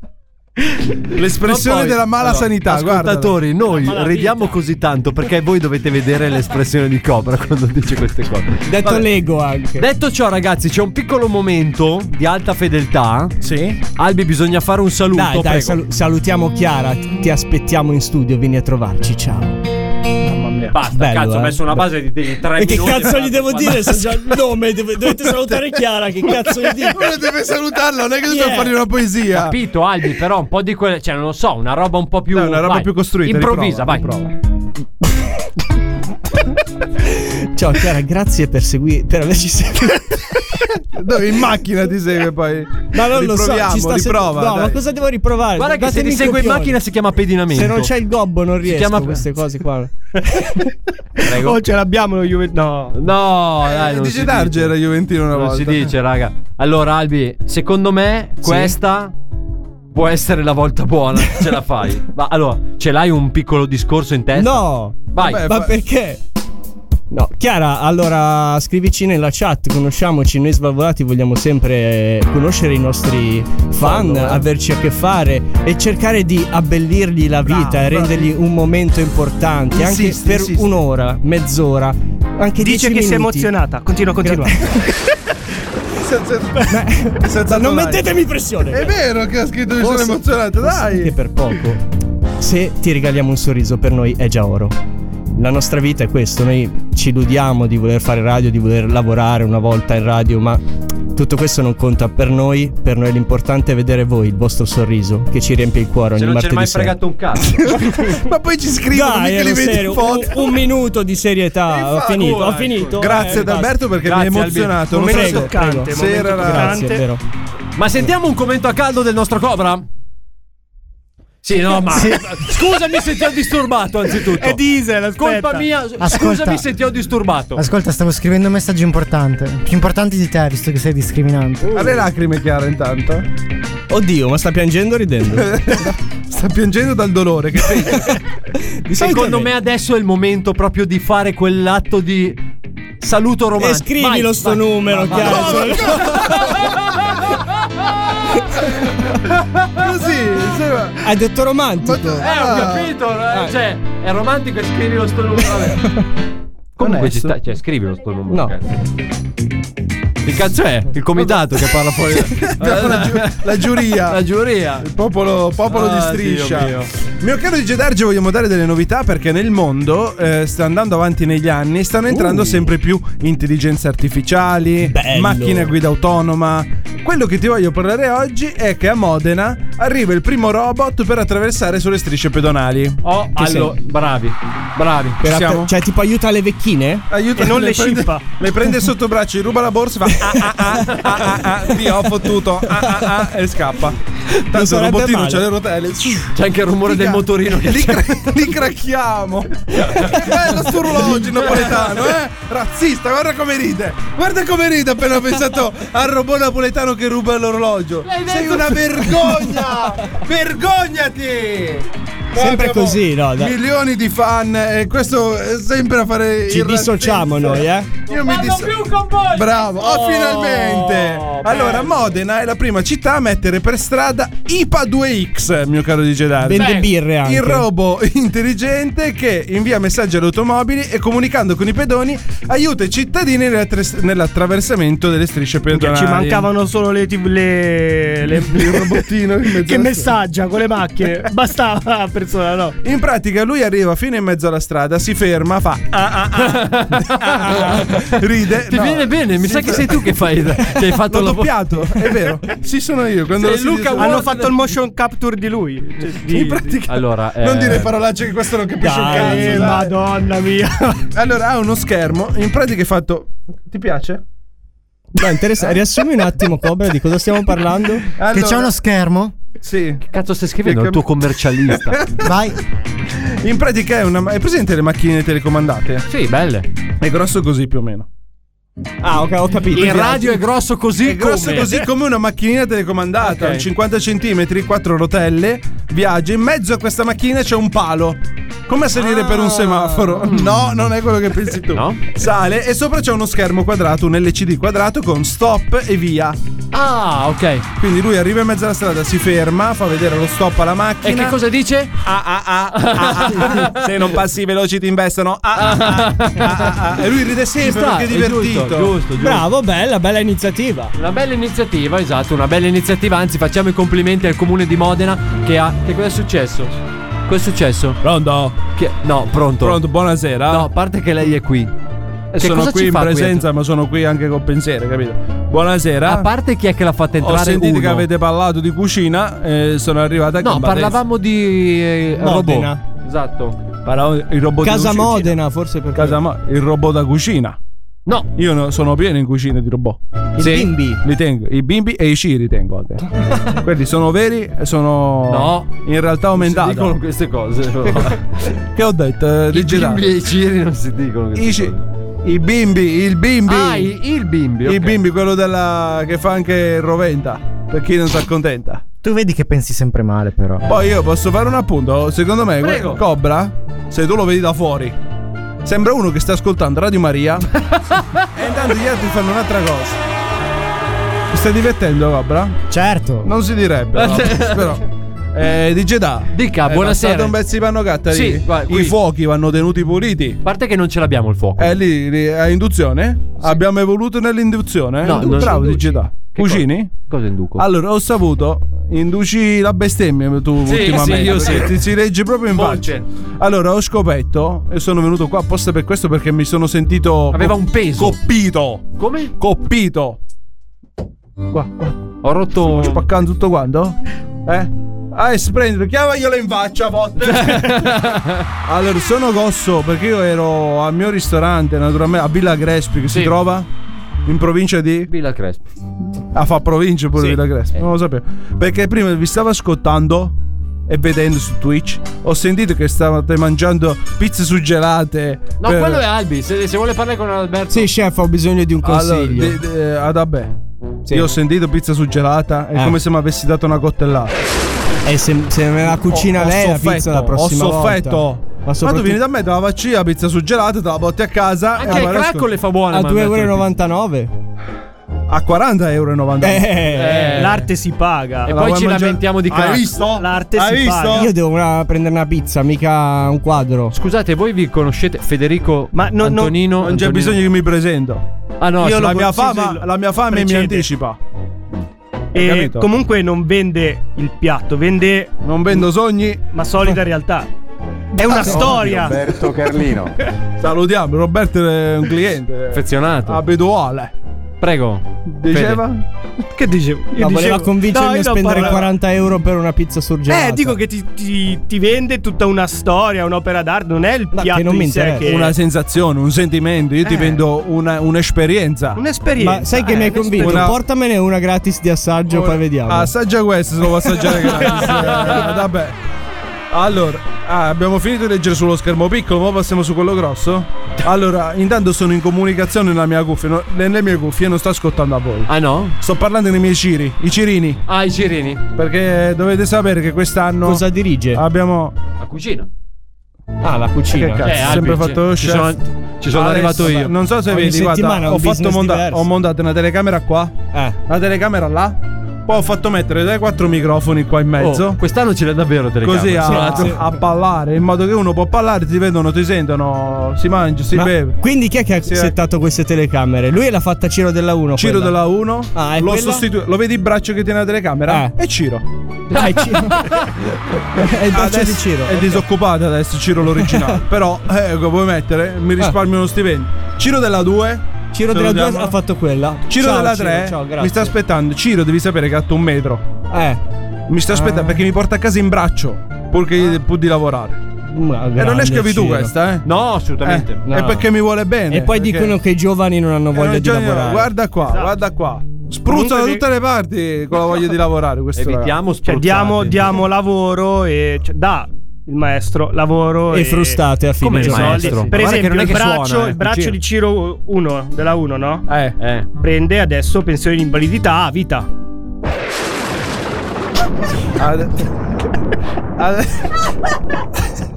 I: L'espressione
J: Ma poi-
I: della mala
J: allora,
I: sanità, guarda.
J: Ascoltatori, noi ridiamo così tanto perché voi dovete vedere l'espressione di Cobra quando dice queste cose.
R: Detto
J: Vabbè.
R: Lego anche.
J: Detto ciò, ragazzi, c'è un piccolo momento di alta fedeltà.
I: Sì.
J: Albi, bisogna fare un saluto.
R: Dai, dai,
J: prego.
R: salu- salutiamo Chiara. Ti ti aspettiamo in studio. Vieni a trovarci. Ciao.
J: Basta,
R: Bello,
J: cazzo, ho
R: eh.
J: messo una base di, di tre
R: E che
J: minuti
R: cazzo
J: per-
R: gli devo dire? Se già il nome, dov- dovete salutare Chiara. Che cazzo gli dico?
I: Uno deve salutarla, non è che dobbiamo
R: Yeah.
I: fargli una poesia.
J: Capito, Albi, però un po' di quelle. Cioè, non lo so, una roba un po' più.
I: Dai, una roba
J: vai,
I: più costruita.
J: Improvvisa, vai.
I: riprova, riprova.
R: Ciao Chiara, grazie per, segui- per averci seguito.
I: Dove in macchina ti segue poi?
C: Ma non lo so,
I: Riproviamo,
C: ci sta se-
I: riprova,
C: No,
I: dai.
C: ma cosa devo riprovare?
J: Guarda che se
C: Datemi
J: ti
C: i
J: segue in
C: copioni.
J: macchina si chiama pedinamento.
C: Se non c'è il gobbo non riesco
J: chiama-
C: queste cose qua. Oh, ce l'abbiamo lo Juve. No.
J: No, dai, non
I: Eh, dice
J: si
I: Darge
J: dice.
I: era Juventino una
J: non
I: volta.
J: si dice, raga. Allora, Albi, secondo me questa può essere la volta buona. Ce la fai. Ma allora, ce l'hai un piccolo discorso in testa?
C: No.
J: Vai.
C: Oh. ma perché? No, Chiara, allora scrivici nella chat, conosciamoci, noi svalvolati vogliamo sempre eh, conoscere i nostri fan,
I: eh.
C: averci a che fare e cercare di abbellirgli la vita e rendergli un momento importante, anche
L: Insisti,
C: per
L: insisti.
C: un'ora, mezz'ora, anche
L: Dice
C: dieci
L: che si è
C: minuti.
L: emozionata. Continua, continua.
I: Senza- senza
C: Ma non
I: tonali.
C: mettetemi pressione.
I: È vero che ha scritto mi sono
C: Forse-
I: emozionato,
C: forse
I: dai.
C: Anche per poco. Se ti regaliamo un sorriso, per noi è già oro. La nostra vita è questo, noi ci illudiamo di voler fare radio, di voler lavorare una volta in radio, ma tutto questo non conta per noi, per noi l'importante è vedere voi, il vostro sorriso, che ci riempie il cuore
J: Se
C: ogni
J: non c'è
C: martedì
J: mai
C: sera.
J: fregato un cazzo.
I: Ma poi ci scrivono,
C: Dai, eh.
I: mica li
C: ero
I: vedi in
C: serio, un,
I: foto.
C: un minuto di serietà, ho finito, ho finito. Eh,
I: Grazie ad Alberto perché mi ha emozionato. Non so se- se era la-
C: Grazie, è vero.
J: Ma sentiamo un commento a caldo del nostro Cobra? Sì, no, ma scusami se ti ho disturbato anzitutto.
C: Eh,
J: È
L: diesel,
J: Colpa mia,
O: Ascolta.
J: scusami se ti ho disturbato.
O: Ascolta, stavo scrivendo un messaggio importante. Più importante di te, visto che sei discriminante.
I: Ha le lacrime Chiara intanto.
C: Oddio, ma sta piangendo o ridendo?
I: Sta piangendo dal dolore. Che
J: Secondo me adesso è il momento proprio di fare quell'atto di saluto romantico.
C: E scrivilo
J: Vai,
C: sto
J: vai,
C: numero,
J: vai, vai.
C: Chiara.
I: Così. insomma.
C: Hai detto romantico.
J: Eh, ho capito, eh, cioè, è romantico e scrivilo sto numero. vabbè. Comunque ci sta, cioè, scrivilo sto numero.
C: No.
J: Che cazzo è? Il comitato che parla fuori.
I: la, giu- la giuria.
J: La giuria.
I: Il popolo, popolo
J: Ah,
I: di
J: Dio
C: oh
I: striscia.
J: mio.
I: Mio caro DJ Darge, vogliamo dare delle novità perché nel mondo eh, sta andando avanti negli anni, stanno entrando
J: Uh.
I: sempre più intelligenze artificiali,
J: Bello.
I: macchine a guida autonoma. Quello che ti voglio parlare oggi è che a Modena arriva il primo robot per attraversare sulle strisce pedonali.
J: Oh,
I: Che
J: allo-
I: sei?
J: bravi, bravi.
I: Ci siamo?
C: cioè, tipo aiuta le vecchine?
I: Aiuta,
C: E non le
I: prende-
C: scippa.
I: Le prende sotto braccio, gli ruba la borsa, e fa ah ah ah ah ah, ah, ti ho fottuto ah ah ah e scappa. Tanto il
C: sarebbe
I: robottino
C: male.
I: c'ha le rotelle.
J: C'è anche il rumore del motorino che
I: Li, cra- li cracchiamo. che bello sto orologio napoletano, eh? Razzista, guarda come ride. Guarda come ride appena ho pensato al robot napoletano che ruba l'orologio. Sei una vergogna! Vergognati! Noi
C: Sempre
I: abbiamo
C: così, no, dai.
I: Milioni di fan e questo è sempre a fare
C: Ci
I: il
C: dissociamo
I: razzista.
C: noi, eh?
I: Io mi disso- Bravo, oh, finalmente! Allora, Modena è la prima città a mettere per strada IPA 2X, mio caro DJ Dario.
C: Vende Beh. birre anche.
I: Il robo intelligente che invia messaggi alle automobili e comunicando con i pedoni aiuta i cittadini nell'attra- nell'attraversamento delle strisce
L: Minchia,
I: pedonali.
L: Ci mancavano solo le, TV le, le-
I: il robottino in mezzo alla
L: che
I: strada.
L: messaggia con le macchine. Bastava la persona, no.
I: In pratica lui arriva fino in mezzo alla strada, si ferma, fa ah, ah, ah, ah, ah, ride.
J: Ti
I: no.
J: viene bene, mi sa che sei tu che fai. Che hai fatto
I: "Ah, L'ho
J: la vo-
I: doppiato, è vero. Sì, sono io. Quando lo
J: Sei
I: si
J: Luca
I: dice-
J: Wolf.
L: Hanno fatto il motion capture di lui. Cioè, di-
I: In pratica,
J: Allora, eh,
I: non dire parolacce che questo non capisce un cazzo.
L: Eh,
I: dai.
L: madonna mia.
I: Allora ha uno schermo, in pratica è fatto. Ti piace?
C: No, interessante. Riassumi un attimo, Cobra, di cosa stiamo parlando?
O: Che c'è uno schermo?
I: Sì.
J: Cazzo, stai scrivendo il tuo commercialista.
O: Vai.
I: In pratica è una. È presente le macchine telecomandate?
J: sì, belle.
I: È grosso così più o meno.
C: Ah, ok, ho capito.
J: Il radio è grosso così.
I: È grosso
J: come? Eh.
I: così come una macchinina telecomandata,
J: Ok.
I: 50 cm, quattro rotelle, viaggia. In mezzo a questa macchina c'è un palo. Come a salire per un semaforo? No, non è quello che pensi tu.
J: Ah. Mm. No?
I: Sale e sopra c'è uno schermo quadrato, un LCD quadrato con stop e via.
J: Ah, ok.
I: Quindi lui arriva in mezzo alla strada, si ferma, fa vedere lo stop alla
J: E
I: macchina.
J: che cosa dice?
I: Ah, ah, ah, ah, ah, ah. Se non passi veloci ti investono. Ah, ah, ah, ah, ah. E lui ride
J: Ci
I: sempre
J: sta,
I: perché è
J: è
I: divertito.
J: Giusto, giusto, giusto.
C: Bravo, bella, bella iniziativa.
J: Una bella iniziativa, esatto, una bella iniziativa. Anzi, facciamo i complimenti al comune di Modena che ha. Che cosa è successo? Cosa è successo?
I: Pronto?
J: Che- No, pronto.
I: buonasera.
J: No, a parte che lei è qui. Che
I: sono
J: cosa
I: qui
J: ci
I: in
J: fa
I: presenza, ma sono qui anche col pensiero, capito? Buonasera.
J: A parte chi è Eh? che l'ha fatta
I: Ho
J: entrare
I: sentito
J: uno.
I: che avete parlato di cucina, eh, sono arrivata
J: No,
I: con
J: parlavamo di eh,
C: Modena.
J: robot. Esatto.
I: Parlavamo il robot
C: Casa
I: di cucina.
C: Modena, forse per
I: Casa Mo- il robot da cucina.
J: No.
I: Io no- sono pieno in cucina di robot.
J: I bimbi.
I: Li tengo. I bimbi e i ci li tengo. anche. Quelli sono veri e sono.
J: No.
I: In realtà aumentati.
J: dicono queste cose.
I: che ho detto? Eh,
J: I
I: rigirato.
J: bimbi e i ciri non si dicono queste
I: I, ci- i bimbi, il bimbi.
J: Ah, i- il bimbi,
I: Il
J: ok.
I: bimbi, quello della, che fa anche il roventa. Per chi non si accontenta.
O: Tu vedi che pensi sempre male, però.
I: Poi io posso fare un appunto. Secondo me, que-
J: Prego.
I: Cobra, se tu lo vedi da fuori, sembra uno che sta ascoltando Radio Maria. e intanto gli altri fanno un'altra cosa. Mi stai divertendo, Cobra?
O: Certo.
I: Non si direbbe. no? Però. Eh, di Jeddah.
J: Dica,
I: È
J: Ah, buonasera.
I: passato un pezzo di panno Cattarini.
J: Sì, qua- qui.
I: I fuochi vanno tenuti puliti.
J: A parte che non ce l'abbiamo il fuoco.
I: È lì, lì, a induzione? Abbiamo evoluto nell'induzione?
J: No,
I: Tu
J: non
I: bravo
J: induci.
I: digità.
J: Che
I: Cucini?
J: Cosa induco?
I: Allora, ho saputo, induci la bestemmia tu
J: Sì,
I: ultimamente.
J: sì, io
I: perché
J: sì.
I: Ti si legge proprio in
J: Voce.
I: faccia. Allora, ho scoperto e sono venuto qua apposta per questo perché mi sono sentito
J: Aveva
I: co-
J: un peso.
I: Coppito.
J: Come?
I: Eh. Coppito. Qua, qua.
J: Ho rotto.
I: Spaccando tutto quanto? Eh? Ah, sprendilo, chiamaglielo in faccia, fotte. Allora, sono Gosso perché io ero al mio ristorante, naturalmente, a Villa Crespi, che si
J: Sì.
I: trova in provincia di.
J: Villa eh. Crespo.
I: Ah, fa provincia pure Villa Crespi, non lo sapevo. Perché prima vi stavo ascoltando e vedendo su Twitch, ho sentito che stavate mangiando pizze suggelate.
J: No,
I: per-
J: quello è Albi. Se, se vuole parlare con Alberto.
S: Sì, chef, ho bisogno di un
I: Allora,
S: consiglio.
I: de- de- ah, vabbè.
S: Sì.
I: Io ho sentito pizza suggelata, è
S: Eh.
I: come se mi avessi dato una cottellata.
S: E se, se me la cucina
I: Ho- ho
S: lei la pizza la
I: soffetto,
S: prossima
I: Ho
S: volta.
I: soffetto.
S: Ma
I: Ma, tu
S: soprattutto-
I: vieni da me, te la faccio io la pizza suggelata, te la porti a casa.
J: Anche
I: e la
J: il
I: guarda-
J: crackle fa buona.
S: A
J: ma Alberto, la pizza.
S: 2,99
I: A 40,90 euro.
S: Eh.
L: L'arte si paga.
J: E
I: la
J: poi
I: vuoi
J: ci
I: mangiare?
J: lamentiamo di
I: Hai
J: crack.
I: visto?
L: L'arte
I: Hai
L: si
I: visto?
L: paga.
S: Io devo una- prendere una pizza, mica un quadro.
J: Scusate, voi vi conoscete Federico
L: Ma no, no,
J: Antonino?
I: Non c'è
J: Antonino-
I: bisogno che mi presento.
J: Ah, no,
L: Io
J: sì,
L: lo
I: La mia,
L: conciso
I: fama,
L: il-
I: la mia fame mi
L: precede.
I: anticipa.
J: eh,
I: Hai
L: E
I: capito?
L: comunque non vende il piatto, vende
I: Non vendo sogni.
L: ma
C: Eh.
L: solida realtà.
C: Ah,
L: È una storia.
M: Roberto Carlino.
I: Salutiamo. Roberto è un cliente
J: affezionato.
I: abituale.
J: Prego.
I: Diceva?
J: Fede.
L: Che dicevo? Io
S: No,
L: dicevo-
S: voleva convincermi
L: No, io
S: a
L: non
S: spendere
L: parlavo.
S: 40 euro per una pizza surgelata.
L: Eh, dico che ti, ti- ti vende tutta una storia, un'opera d'arte, non è il
S: Ma
L: piatto
S: che non
L: in
S: mi
L: sé
S: interessa.
L: che
I: Una sensazione, un sentimento. Io ti
L: Eh.
I: vendo una- un'esperienza.
L: un'esperienza.
S: Ma sai che
L: eh, Ah,
S: mi hai convinto?
I: una- Ah,
S: Portamene una gratis di assaggio, poi vediamo.
I: Assaggia questo, se lo vuoi assaggiare gratis. Eh, Vabbè. Allora, ah, abbiamo finito di leggere sullo schermo piccolo, ora passiamo su quello grosso. Allora, intanto sono in comunicazione nella mia cuffia, no- nelle mie cuffie non sto ascoltando a voi.
J: Ah no?
I: Sto parlando dei miei ciri, i cirini,
J: Ah, i cirini.
I: perché dovete sapere che quest'anno
S: Cosa dirige?
I: abbiamo Eh,
J: La cucina.
S: Ah, la
I: che
S: cucina.
I: cazzo,
J: Eh, Albi,
I: sempre
J: ci-
I: fatto lo
J: ci
I: chef.
J: sono- ci sono arrivato io.
I: Ah, Non so se
S: Ogni
I: vedi,
S: settimana
I: guarda,
S: un
I: ho fatto
S: business
I: monta-
S: diverso.
I: ho montato una telecamera qua,
S: Eh.
I: una telecamera là, poi ho fatto mettere dai quattro microfoni qua in mezzo.
J: Oh, quest'anno ce l'ha davvero telecamera.
I: Così
J: Sì,
I: a,
J: grazie.
I: a ballare, in modo che uno può ballare, ti vedono, ti sentono, si mangia, si
S: Ma
I: beve.
S: quindi chi è che ha
I: Sì, eh.
S: settato queste telecamere? Lui l'ha fatta Ciro della 1.
I: Ciro della 1,
S: Ah, è
I: lo,
S: quella?
I: sostitu- lo vedi il braccio che tiene la telecamera?
S: Eh.
I: È Ciro.
S: Dai, Ciro. È il braccio
I: Adesso
S: di Ciro.
I: È disoccupato adesso Ciro l'originale. Però, eh, lo puoi mettere, mi risparmio uno stipendio. Ciro della 2.
S: Ah. Ciro della 2 ha fatto quella.
I: Ciro
S: Ciao,
I: della
S: Ciro,
I: 3.
S: ciao, grazie.
I: Eh, mi sta aspettando. Ciro, devi sapere che ha alto un metro.
S: Eh.
I: Mi sta aspettando perché mi porta a casa in braccio. Purché pur di lavorare.
L: eh,
I: E non esca
S: escavi
I: tu questa, eh?
J: No, assolutamente.
I: Eh,
J: No.
I: È perché mi vuole bene.
S: E poi
I: perché-
S: dicono che i giovani non hanno voglia
I: Eh,
S: di
I: Gianni,
S: lavorare.
I: Guarda qua, guarda qua. Spruzza da
L: Comunque
I: tutte le parti con la voglia di lavorare. Questo ragazzo.
J: Evitiamo
L: Cioè,
J: spruzzate.
L: diamo, diamo lavoro e cioè, dà il maestro lavoro e,
S: E frustate a fine
J: Come il
S: giornata.
J: maestro?
L: soldi. Per
J: Guarda che
L: esempio,
J: non è
L: il,
J: che
L: braccio,
J: suona, eh,
L: il braccio
J: Ciro.
L: di Ciro 1 della 1, no?
I: Eh,
J: Eh.
L: Prende adesso pensione di invalidità a vita.
I: ade- ade-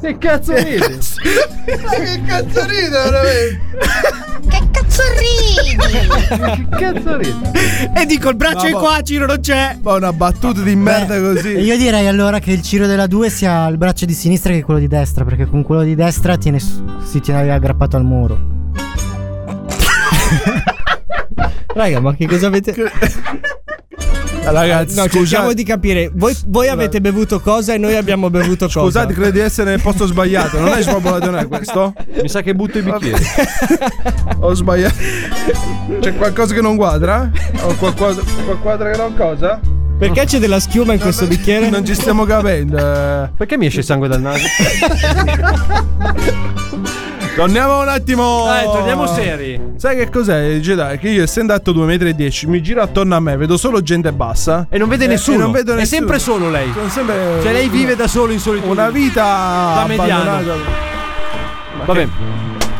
J: Che cazzo ridi?
I: che cazzo ride veramente?
G: Che cazzo ridi?
J: Che cazzo ridi?
L: E dico, il braccio
I: No,
L: è
I: ma-
L: qua, Ciro non c'è.
I: Ma una battuta di
O: Beh,
I: merda così.
O: Io direi allora che il Ciro della 2 sia il braccio di sinistra che quello di destra, perché con quello di destra tiene, si tiene aggrappato al muro.
S: Raga, ma che cosa avete.
I: Ragazzi,
S: No, cerchiamo
I: scusate,
S: di capire. Voi, voi avete bevuto cosa e noi abbiamo bevuto cosa.
I: scusate, credo di essere nel posto sbagliato. Non è sbagliato questo?
J: Mi sa che butto i bicchieri.
I: Ho sbagliato. C'è qualcosa che non quadra? Ho qualcosa, qualcosa che non cosa?
S: Perché c'è della schiuma in questo bicchiere?
I: Non ci stiamo capendo. eh.
J: Perché mi esce sangue dal naso?
I: Torniamo un attimo.
J: Dai, Eh, torniamo seri.
I: Sai che cos'è il Jedi? Che io, essendo alto 2,10 m, mi giro attorno a me, vedo solo gente bassa.
J: E non vede nessuno.
I: non vedo
J: È
I: nessuno.
J: sempre solo lei.
I: Sono sempre-
J: Cioè, lei vive da solo in solitudine.
I: Una vita.
J: Da mediano.
I: abbandonata.
J: Vabbè.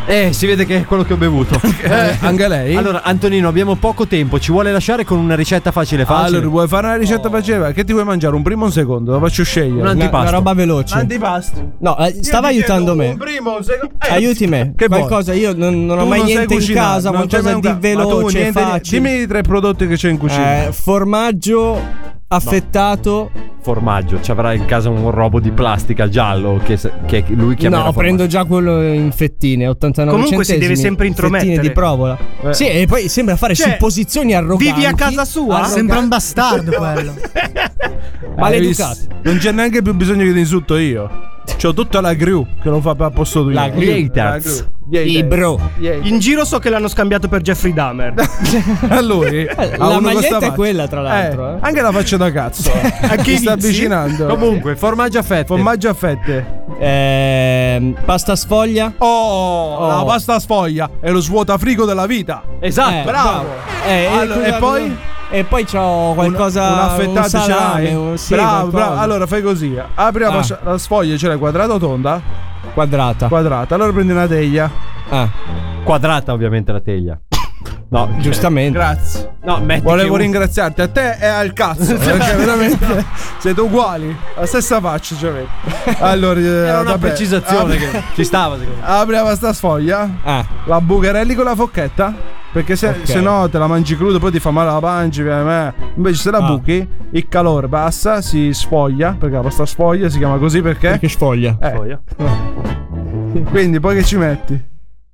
J: Eh, si vede che è quello che ho bevuto. Eh,
I: Anche lei?
J: Allora, Antonino, abbiamo poco tempo. Ci vuole lasciare con una ricetta facile facile?
I: Allora, vuoi fare una ricetta facile? Che ti vuoi mangiare? Un primo o un secondo? La faccio scegliere.
J: Un antipasto.
C: Una roba veloce.
I: Antipasto.
C: No, eh, stava
I: Io ti
C: aiutando
I: chiedo
C: me.
I: Un primo, un secondo. Eh,
C: Aiuti me.
I: Che vuoi?
C: qualcosa, io non, non ho
I: Tu
C: mai
I: non sai
C: niente in
I: cucinare,
C: casa,
I: non c'è
C: qualcosa
I: mai un
C: di
I: ca- ma tu
C: veloce,
I: niente di-
C: facile.
I: Dimmi i tre prodotti che c'è in cucina.
C: Eh, formaggio affettato.
J: Formaggio, ci avrà in casa un robo di plastica giallo che, se- che lui chiamerà
C: No,
J: formaggio.
C: prendo già quello in fettine, 89
L: Comunque si
C: centesimi,
L: deve sempre intromettere.
C: Fettine di provola.
L: Eh.
C: Sì, e poi sembra fare
L: Cioè,
C: supposizioni arroganti.
L: Vivi a casa sua?
C: arroganti.
O: Ah, Sembra un bastardo quello.
C: Maleducato.
I: Hai visto? Non c'è neanche più bisogno che ti insulto io. C'ho tutta la crew che lo fa per posto tuo.
J: La
I: crew.
J: haters.
I: La crew.
C: I bro.
L: In giro so che l'hanno scambiato per Jeffrey Dahmer.
I: A lui. a
C: La
I: uno con sta
C: maglietta è
I: faccia.
C: quella, tra l'altro.
I: Eh,
C: eh.
I: Anche la faccia da cazzo.
L: A chi
I: Ti sta
L: vizi?
I: avvicinando.
J: Comunque, formaggio a fette.
I: Formaggio a fette.
C: Ehm, pasta sfoglia.
I: Oh, la pasta sfoglia è lo svuotafrigo della vita.
J: Esatto.
C: Eh,
I: Bravo.
C: Eh,
I: Allora, e
C: cosa-
I: poi?
C: E poi c'ho qualcosa.
I: un affettato
C: un salame,
I: ce l'hai.
C: un- sì,
I: bravo,
C: qualcosa.
I: bravo. Allora fai così. Apri la,
C: Ah.
I: fascia- la sfoglia, ce l'hai quadrata o tonda?
C: Quadrata.
I: Quadrata. Allora prendi una teglia.
C: Ah,
J: Quadrata ovviamente la teglia. No, cioè-
C: giustamente.
I: Grazie.
J: No, metti
I: Volevo
J: che un-
I: ringraziarti a te e al cazzo. perché veramente siete uguali. La stessa faccia, cioè. vedi. Allora, eh,
J: Era una
I: vabbè.
J: precisazione
I: Apri-
J: che ci stava secondo me.
I: Apri la pasta sfoglia.
S: Eh.
C: Ah,
I: La bucherelli con la forchetta. Perché se,
C: Ok.
I: se no te la mangi crudo poi ti fa male la pancia. via, via. Invece se la
C: Ah.
I: buchi, il calore passa, si sfoglia. Perché la pasta sfoglia si chiama così perché.
C: perché sfoglia.
I: Eh,
J: Sfoglia.
I: Quindi poi che ci metti?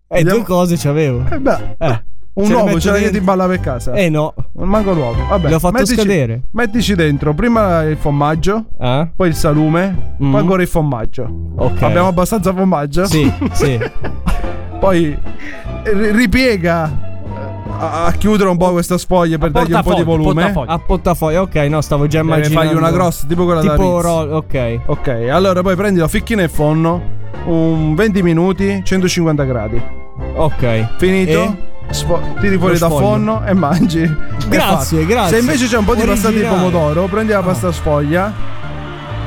C: Eh, due cose c'avevo.
I: Eh beh,
C: Eh,
I: un
C: ce le
I: uovo
C: metto
I: ce l'hai che
C: dentro.
I: ti balla per casa.
C: Eh no.
I: Non manco l'uovo. Vabbè,
C: L'ho fatto scadere.
I: Mettici dentro prima il formaggio,
J: Eh?
C: Ah,
I: poi il salume,
C: Mm.
I: poi ancora il formaggio.
C: ok.
I: Abbiamo abbastanza formaggio?
C: Sì, sì.
I: Poi eh, ri- ripiega eh, a, a chiudere un po' questa sfoglia per dargli un po' di
J: portafogli,
I: volume. Ah,
J: portafogli.
C: A portafoglio, ok, no, stavo già
I: Deve
C: immaginando.
I: fargli una grossa, tipo quella da
C: Tipo
I: Ritz.
C: roll, ok.
I: Ok, allora poi prendi la ficchina e fonno, un 20 minuti, 150 gradi.
C: Ok.
I: Finito?
C: E?
I: Sfo- tiri fuori
C: Lo
I: da
C: sfoglio.
I: forno e mangi. È fatto.
C: Grazie, grazie.
I: Se invece c'è un po' di passata di
C: Originale. Ah.
I: pomodoro, prendi la pasta sfoglia.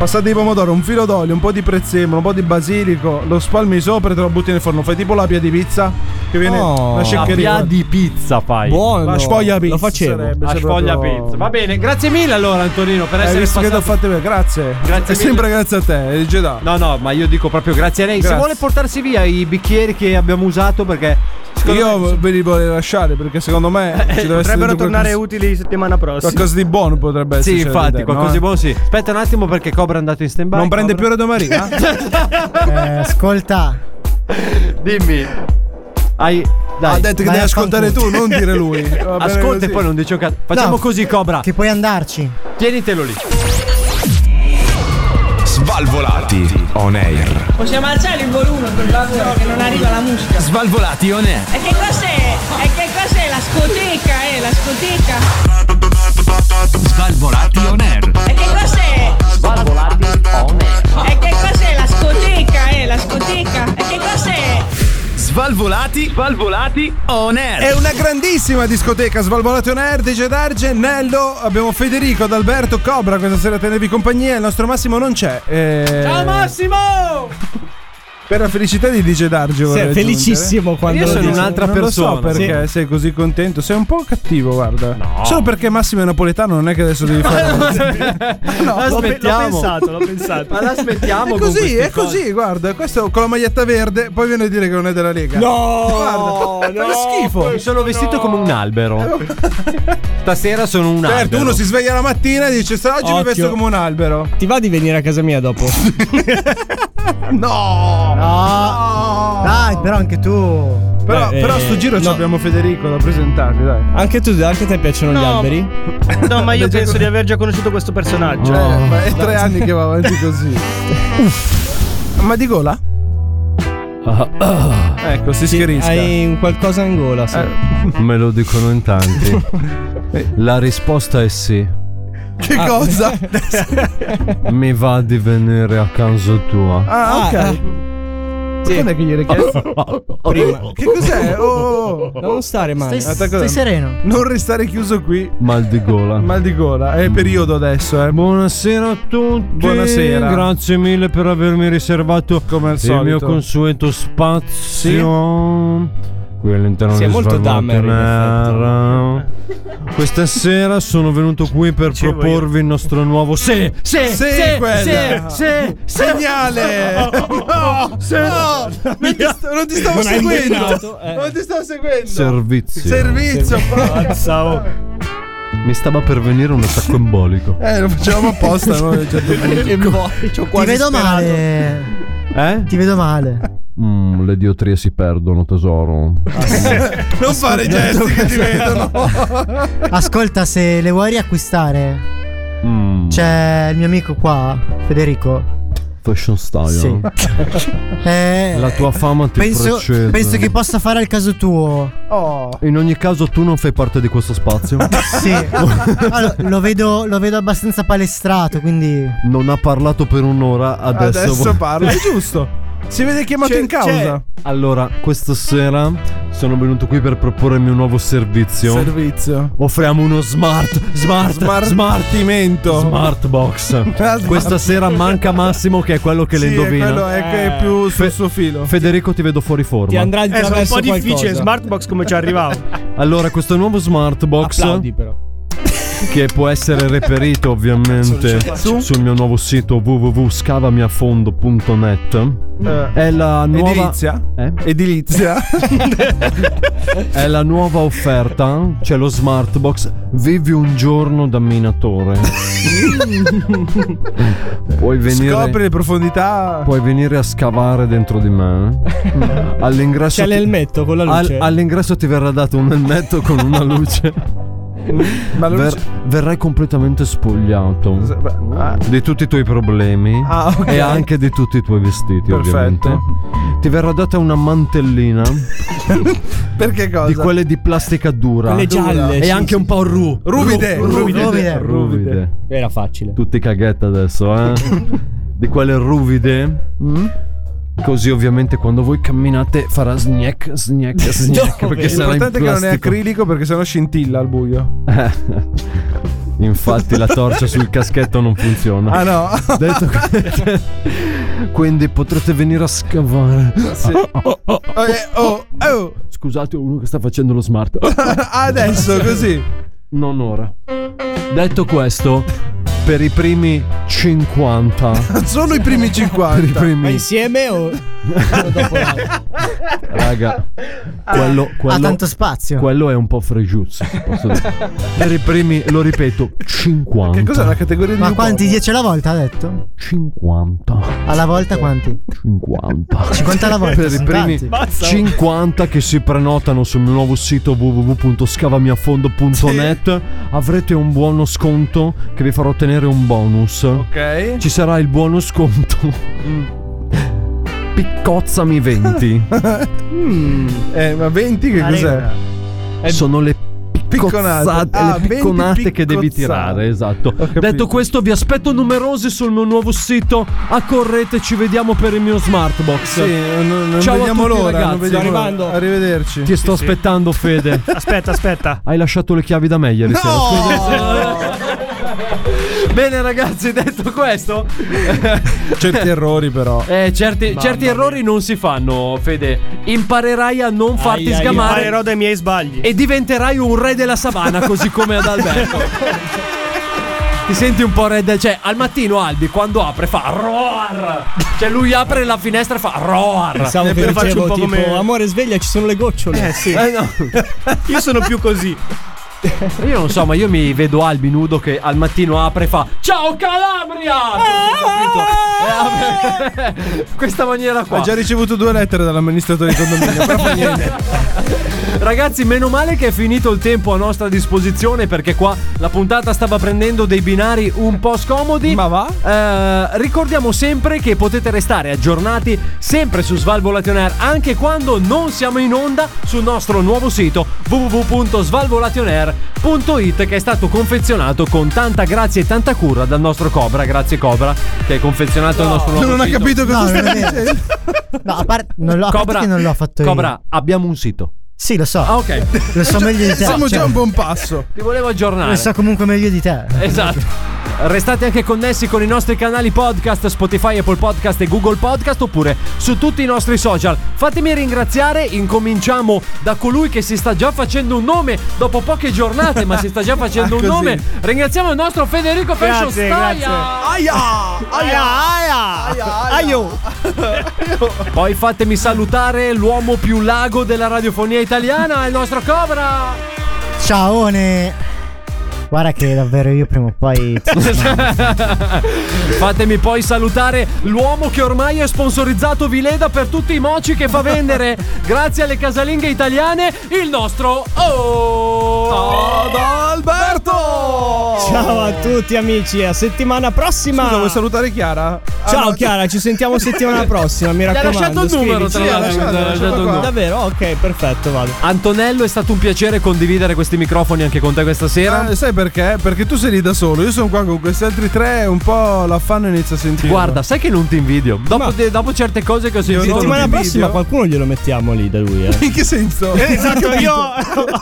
I: Passata di pomodoro, un filo d'olio, un po' di prezzemolo, un po' di basilico, lo spalmi sopra e te lo butti nel forno. Fai tipo la pia di pizza che
J: Eh,
I: viene
C: Oh,
I: la
J: La
I: sceccheria.
J: pia di pizza fai.
C: Buono.
I: La sfoglia pizza.
C: Lo facevo.
I: sarebbe,
J: La
I: se
J: Ah, sfoglia
I: proprio-
J: pizza. Va bene, grazie mille allora Antonino per
I: Hai
J: essere
I: visto che ti ho
J: passato.
I: fatto bene, grazie.
J: Grazie
I: È
J: mille.
I: sempre grazie a te, eh, il Jedi.
J: No, no, ma io dico proprio grazie a lei.
I: Grazie.
J: Se vuole portarsi via i bicchieri che abbiamo usato perché secondo
I: Io
J: me-
I: ve li vorrei lasciare perché secondo me ci deve essere
L: Eh, Potrebbero
I: dentro
L: tornare
I: qualcosa,
L: utili settimana prossima.
I: qualcosa di buono potrebbe essere.
J: Sì,
I: cioè,
J: infatti,
I: all'interno,
J: qualcosa
I: eh.
J: di buono sì. Aspetta un attimo perché Cobra è andato in stand by.
I: Non prende più Radio Maria?
O: Eh, ascolta.
J: Dimmi. Hai dai.
I: Ha detto che
O: Vai
I: devi
O: a
I: ascoltare tu,
O: fanculo.
I: non dire lui. Va bene
J: Ascolta
I: così.
J: e poi non dici un cazzo. Facciamo
O: No.
J: così, Cobra.
O: Che puoi andarci.
J: Tienitelo lì.
E: Svalvolati on air.
T: Possiamo alzare il volume per favore che non arriva la musica.
E: Svalvolati on air.
T: E che cos'è? E che cos'è la scoteca, eh? La scoteca.
E: Svalvolati on air.
T: E che cos'è? E che cos'è la scoteca, eh? La scoteca. E che cos'è?
E: Svalvolati. Svalvolati on air.
I: È una grandissima discoteca Svalvolato Nerd, DJ Darge, Nello, abbiamo Federico, Adalberto, Cobra questa sera a tenervi compagnia, il nostro Massimo non c'è. eh,
J: Ciao Massimo!
I: Per la felicità di DJ Darge vorrei
C: Sei
I: aggiungere.
C: felicissimo quando
J: Io
I: Certo,
J: sono
C: lo dici.
J: un'altra
I: Non lo so
J: persona.
I: perché sei così contento, sei un po' cattivo, guarda. Solo perché Massimo è napoletano, non è che adesso devi fare.
J: No,
L: L'ho, pe- l'ho
J: aspettiamo.
L: pensato, l'ho pensato.
J: Ma l'aspettiamo
I: È
J: con
I: così,
J: queste
I: è
J: cose.
I: così, guarda. Questo con la maglietta verde, poi viene a dire che non è della Lega.
C: No,
I: Guarda,
C: no,
I: fa schifo.
J: Mi sono vestito come un albero. Stasera sono un albero.
I: Certo, uno si sveglia la mattina e dice: "Sta- Oggi mi
C: Occhio.
I: vesto come un albero.
C: Ti va di venire a casa mia dopo?
I: No,
O: Dai, però anche tu.
I: Però,
C: Beh,
I: però
C: eh,
I: sto giro ci
C: no.
I: abbiamo Federico da presentarti, dai.
C: Anche tu, anche a te piacciono gli
L: No.
C: alberi?
L: No, ma io penso di aver già conosciuto questo personaggio.
I: Eh, ma è tre anni che va avanti così. ma di gola? Ecco, si schiarisca.
C: Hai un qualcosa in
O: Eh,
C: gola, sì.
J: Me lo dicono in tanti. La risposta è sì.
I: Che cosa?
J: Mi va di venire a casa tua.
I: Ah, ok.
C: Ah,
O: Quando è che gliel'hai chiesto?
I: Prima. Che cos'è? Oh,
C: non stare
O: male. Stai- stai sereno.
I: Non restare chiuso qui.
J: Mal di gola.
I: Mal di gola. È periodo adesso, eh.
J: Buonasera a tutti.
I: Buonasera.
J: Grazie mille per avermi riservato
I: Come al
J: il
I: solito.
J: mio consueto spazio. Qui all'interno
I: Sì, è
J: di
I: molto
J: Svalvolati
I: Dahmer, in
J: on Air. Questa sera sono venuto qui per proporvi il nostro nuovo Se, se,
I: Sì,
J: se, se,
I: quella.
J: se, se.
I: Segnale! No!
J: Se-
I: no, non ti sto- non ti stavo
J: Non hai
I: seguendo!
J: indovinato, eh.
I: Non ti stavo seguendo!
J: Servizio.
I: Servizio, Servizio.
J: Mi stava per venire un attacco embolico.
I: Eh, lo facevamo apposta, no? A un certo punto.
O: Ti vedo male.
J: Eh?
O: Ti vedo male. Ah,
J: Mm, le diotrie si perdono, tesoro.
I: non fare gesti che ti vedono.
O: Ascolta, se le vuoi riacquistare,
J: Mm,
O: c'è il mio amico qua, Federico.
J: Fashion style.
O: Sì. Eh,
J: La tua fama ti
O: penso,
J: precede.
O: penso che possa fare al caso tuo.
I: Oh,
J: In ogni caso, tu non fai parte di questo spazio.
O: Sì. Allora, Ah, lo, vedo, lo vedo abbastanza palestrato, quindi.
J: Non ha parlato per un'ora, adesso,
I: Adesso
J: vo-
I: parla, è giusto. Si vede chiamato in causa.
J: Allora, questa sera sono venuto qui per propormi un nuovo servizio.
I: Servizio.
J: Offriamo uno smart, smart,
I: Smart- smartimento.
J: Smart box. questa sera manca Massimo, che è quello che le
I: Sì, è
J: indovina. Eh.
I: quello è che è più sul suo filo.
J: Federico, ti vedo fuori forma.
C: Ti andrà
L: Eh, sono un
C: attraverso
L: po' difficile.
C: qualcosa.
L: Smartbox come ci arrivavo?
J: Allora, questo nuovo smart box.
C: Applaudi però.
J: che può essere reperito ovviamente
I: Su?
J: sul mio nuovo sito www.scavamiafondo.net è la nuova
I: Eh. Edilizia?
J: Eh?
I: Edilizia?
J: è la nuova offerta c'è lo smart box vivi un giorno da minatore puoi venire
I: Scopri le profondità.
J: Puoi venire a scavare dentro di me. eh? All'ingresso.
C: C'è
J: ti-
C: l'elmetto con la
J: al-
C: luce.
J: all'ingresso ti verrà dato un elmetto con una luce.
I: Ma la luce-
J: Ver- verrai completamente spogliato
I: Ah,
J: di tutti i tuoi problemi
I: Ah, ok.
J: e anche di tutti i tuoi vestiti,
I: Perfetto.
J: ovviamente. Ti verrà data una mantellina
C: Esatto.
I: Perché cosa?
J: di quelle di plastica dura
C: Quelle gialle,
J: e
C: sì,
J: anche
C: sì.
J: un po' ru.
I: Ruvide.
J: Ru-
I: Ruvide.
J: ruvide. Ruvide.
C: Era facile.
J: Tutti caghette adesso, eh? di quelle ruvide.
I: Mm?
J: Così ovviamente quando voi camminate farà snack, snack, snack perché sarà in
I: L'importante è che non è
J: plastico.
I: acrilico perché sennò scintilla al buio.
J: Infatti la torcia sul caschetto non funziona.
I: Ah no.
J: Detto questo, quindi potrete venire a scavare.
I: Oh, eh, oh, oh.
J: Scusate, uno che sta facendo lo smart.
I: Adesso così.
J: Non ora. Detto questo, per i primi 50,
I: Solo i primi
J: per i
I: 50.
C: Ma
J: primi
C: insieme o
J: Raga, quello,
O: Ha
J: quello,
O: tanto spazio.
C: Eh.
J: quello è un po' fregiuzzo. se posso dire. Per i primi, lo ripeto, 50.
I: Che cos'è la categoria di
O: Ma
I: un
O: quanti?
I: uomo?
O: 10 alla volta ha detto?
J: 50.
O: Alla volta quanti?
J: 50.
O: 50 alla volta.
J: Per i
O: sono
J: primi
O: tanti.
J: 50 che si prenotano sul mio nuovo sito www.scavamiafondo.net avrete un buono sconto che vi farà ottenere un bonus.
I: Ok.
J: Ci sarà il buono sconto. Piccozzami 20.
I: Eh, ma 20 che cos'è?
J: Sono le
I: Picconate.
J: piccozzate,
I: Ah,
J: le
I: 20
J: picconate che devi
I: piccozzate.
J: tirare, esatto.
I: capito.
J: Detto questo, vi aspetto numerosi sul mio nuovo sito. Accorrete, ci vediamo per il mio smartbox.
I: Sì, non, non
J: Ciao a
I: vediamo
J: tutti,
I: l'ora.
J: ragazzi.
I: non vediamo
J: Sto
I: l'ora.
J: arrivando.
I: Arrivederci.
J: Ti sto aspettando, Fede.
L: Aspetta, aspetta.
J: Hai lasciato le chiavi da me ieri sera. quindi- Bene, ragazzi, detto questo,
I: Certi errori però.
J: eh, certi, certi errori non si fanno, Fede. Imparerai a non farti
C: ai, ai.
J: sgamare.
L: Parlerò dai miei sbagli.
J: e diventerai un re della savana così come ad Alberto. Ti senti un po' re del... Cioè, al mattino Albi quando apre fa roar. Cioè, lui apre la finestra e fa roar.
C: pensavo che
L: Io faccio
C: dicevo
L: un po'
C: tipo
L: come-
C: amore sveglia ci sono le gocciole.
L: Eh sì.
J: Eh, no.
L: Io sono più così.
J: Io non so, ma io mi vedo Albi nudo che al mattino apre e fa Ciao Calabria! Capito? E apre- Questa maniera qua.
I: Ho già ricevuto due lettere dall'amministratore di condominio. però fa niente.
J: Ragazzi, meno male che è finito il tempo a nostra disposizione perché qua la puntata stava prendendo dei binari un po' scomodi. Ma va? ricordiamo sempre che potete restare aggiornati sempre su Svalvolation Air anche quando non siamo in onda sul nostro nuovo sito www.svalvolationair.it che è stato confezionato con tanta grazia e tanta cura dal nostro Cobra, grazie Cobra, che è confezionato il nostro nuovo
I: non ha
J: sito.
I: capito cosa
O: No,
I: stai
O: non è vero.
I: dicendo.
O: No, a parte, non l'ho, a parte
J: Cobra,
O: che non l'ho fatto io.
J: Cobra, abbiamo un sito.
O: Sì, lo so.
J: Ah, ok.
O: Lo so meglio di te.
I: Siamo già
O: cioè,
I: un buon passo.
J: Ti volevo aggiornare.
C: Eh,
O: Lo so comunque meglio di te.
J: Esatto. Restate anche connessi con i nostri canali podcast Spotify, Apple Podcast e Google Podcast oppure su tutti i nostri social. Fatemi ringraziare, incominciamo da colui che si sta già facendo un nome dopo poche giornate, ma si sta già facendo un
I: Così.
J: nome. Ringraziamo il nostro Federico Pescio
L: Ah, Grazie, grazie.
J: Staia.
I: Aia!
L: Aia,
I: aia,
L: aio.
J: Poi fatemi salutare l'uomo più lago della radiofonia italiana, il nostro Cobra.
O: Ciaone. Guarda che davvero io prima o poi.
J: Fatemi poi salutare l'uomo che ormai è sponsorizzato Vileda per tutti i moci che fa vendere, grazie alle casalinghe italiane, il nostro Adalberto!
C: Ciao a tutti amici, a settimana prossima.
I: Scusa, vuoi salutare Chiara?
C: Ciao
I: Ah, no.
C: Chiara, ci sentiamo settimana prossima, mi
I: ha
C: raccomando.
J: lasciato il numero,
C: scrivici.
J: tra l'altro,
C: Ecco, Sì, ha
J: ha lasciato il
C: qua.
J: numero.
C: Davvero? Ok, perfetto, vado.
J: Antonello, è stato un piacere condividere questi microfoni anche con te questa sera.
I: Ah, sai perché? Perché tu sei lì da solo, io sono qua con questi altri tre e un po' l'affanno inizia a sentire.
J: Guarda, sai che non ti invidio. Dopo,
I: Ma-
J: de- dopo certe cose che ho sentito, non
C: settimana
J: ti
C: prossima
J: invidio.
C: qualcuno glielo mettiamo lì da lui, eh.
I: In che senso?
L: Esatto, io ho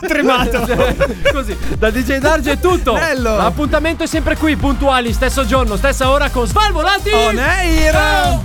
L: tremato.
J: Così, da DJ Darge è tutto.
I: Bello.
J: L'appuntamento è sempre qui, puntuali, stesso giorno, stessa ora con Svalvolati.
I: On air!
J: Ciao.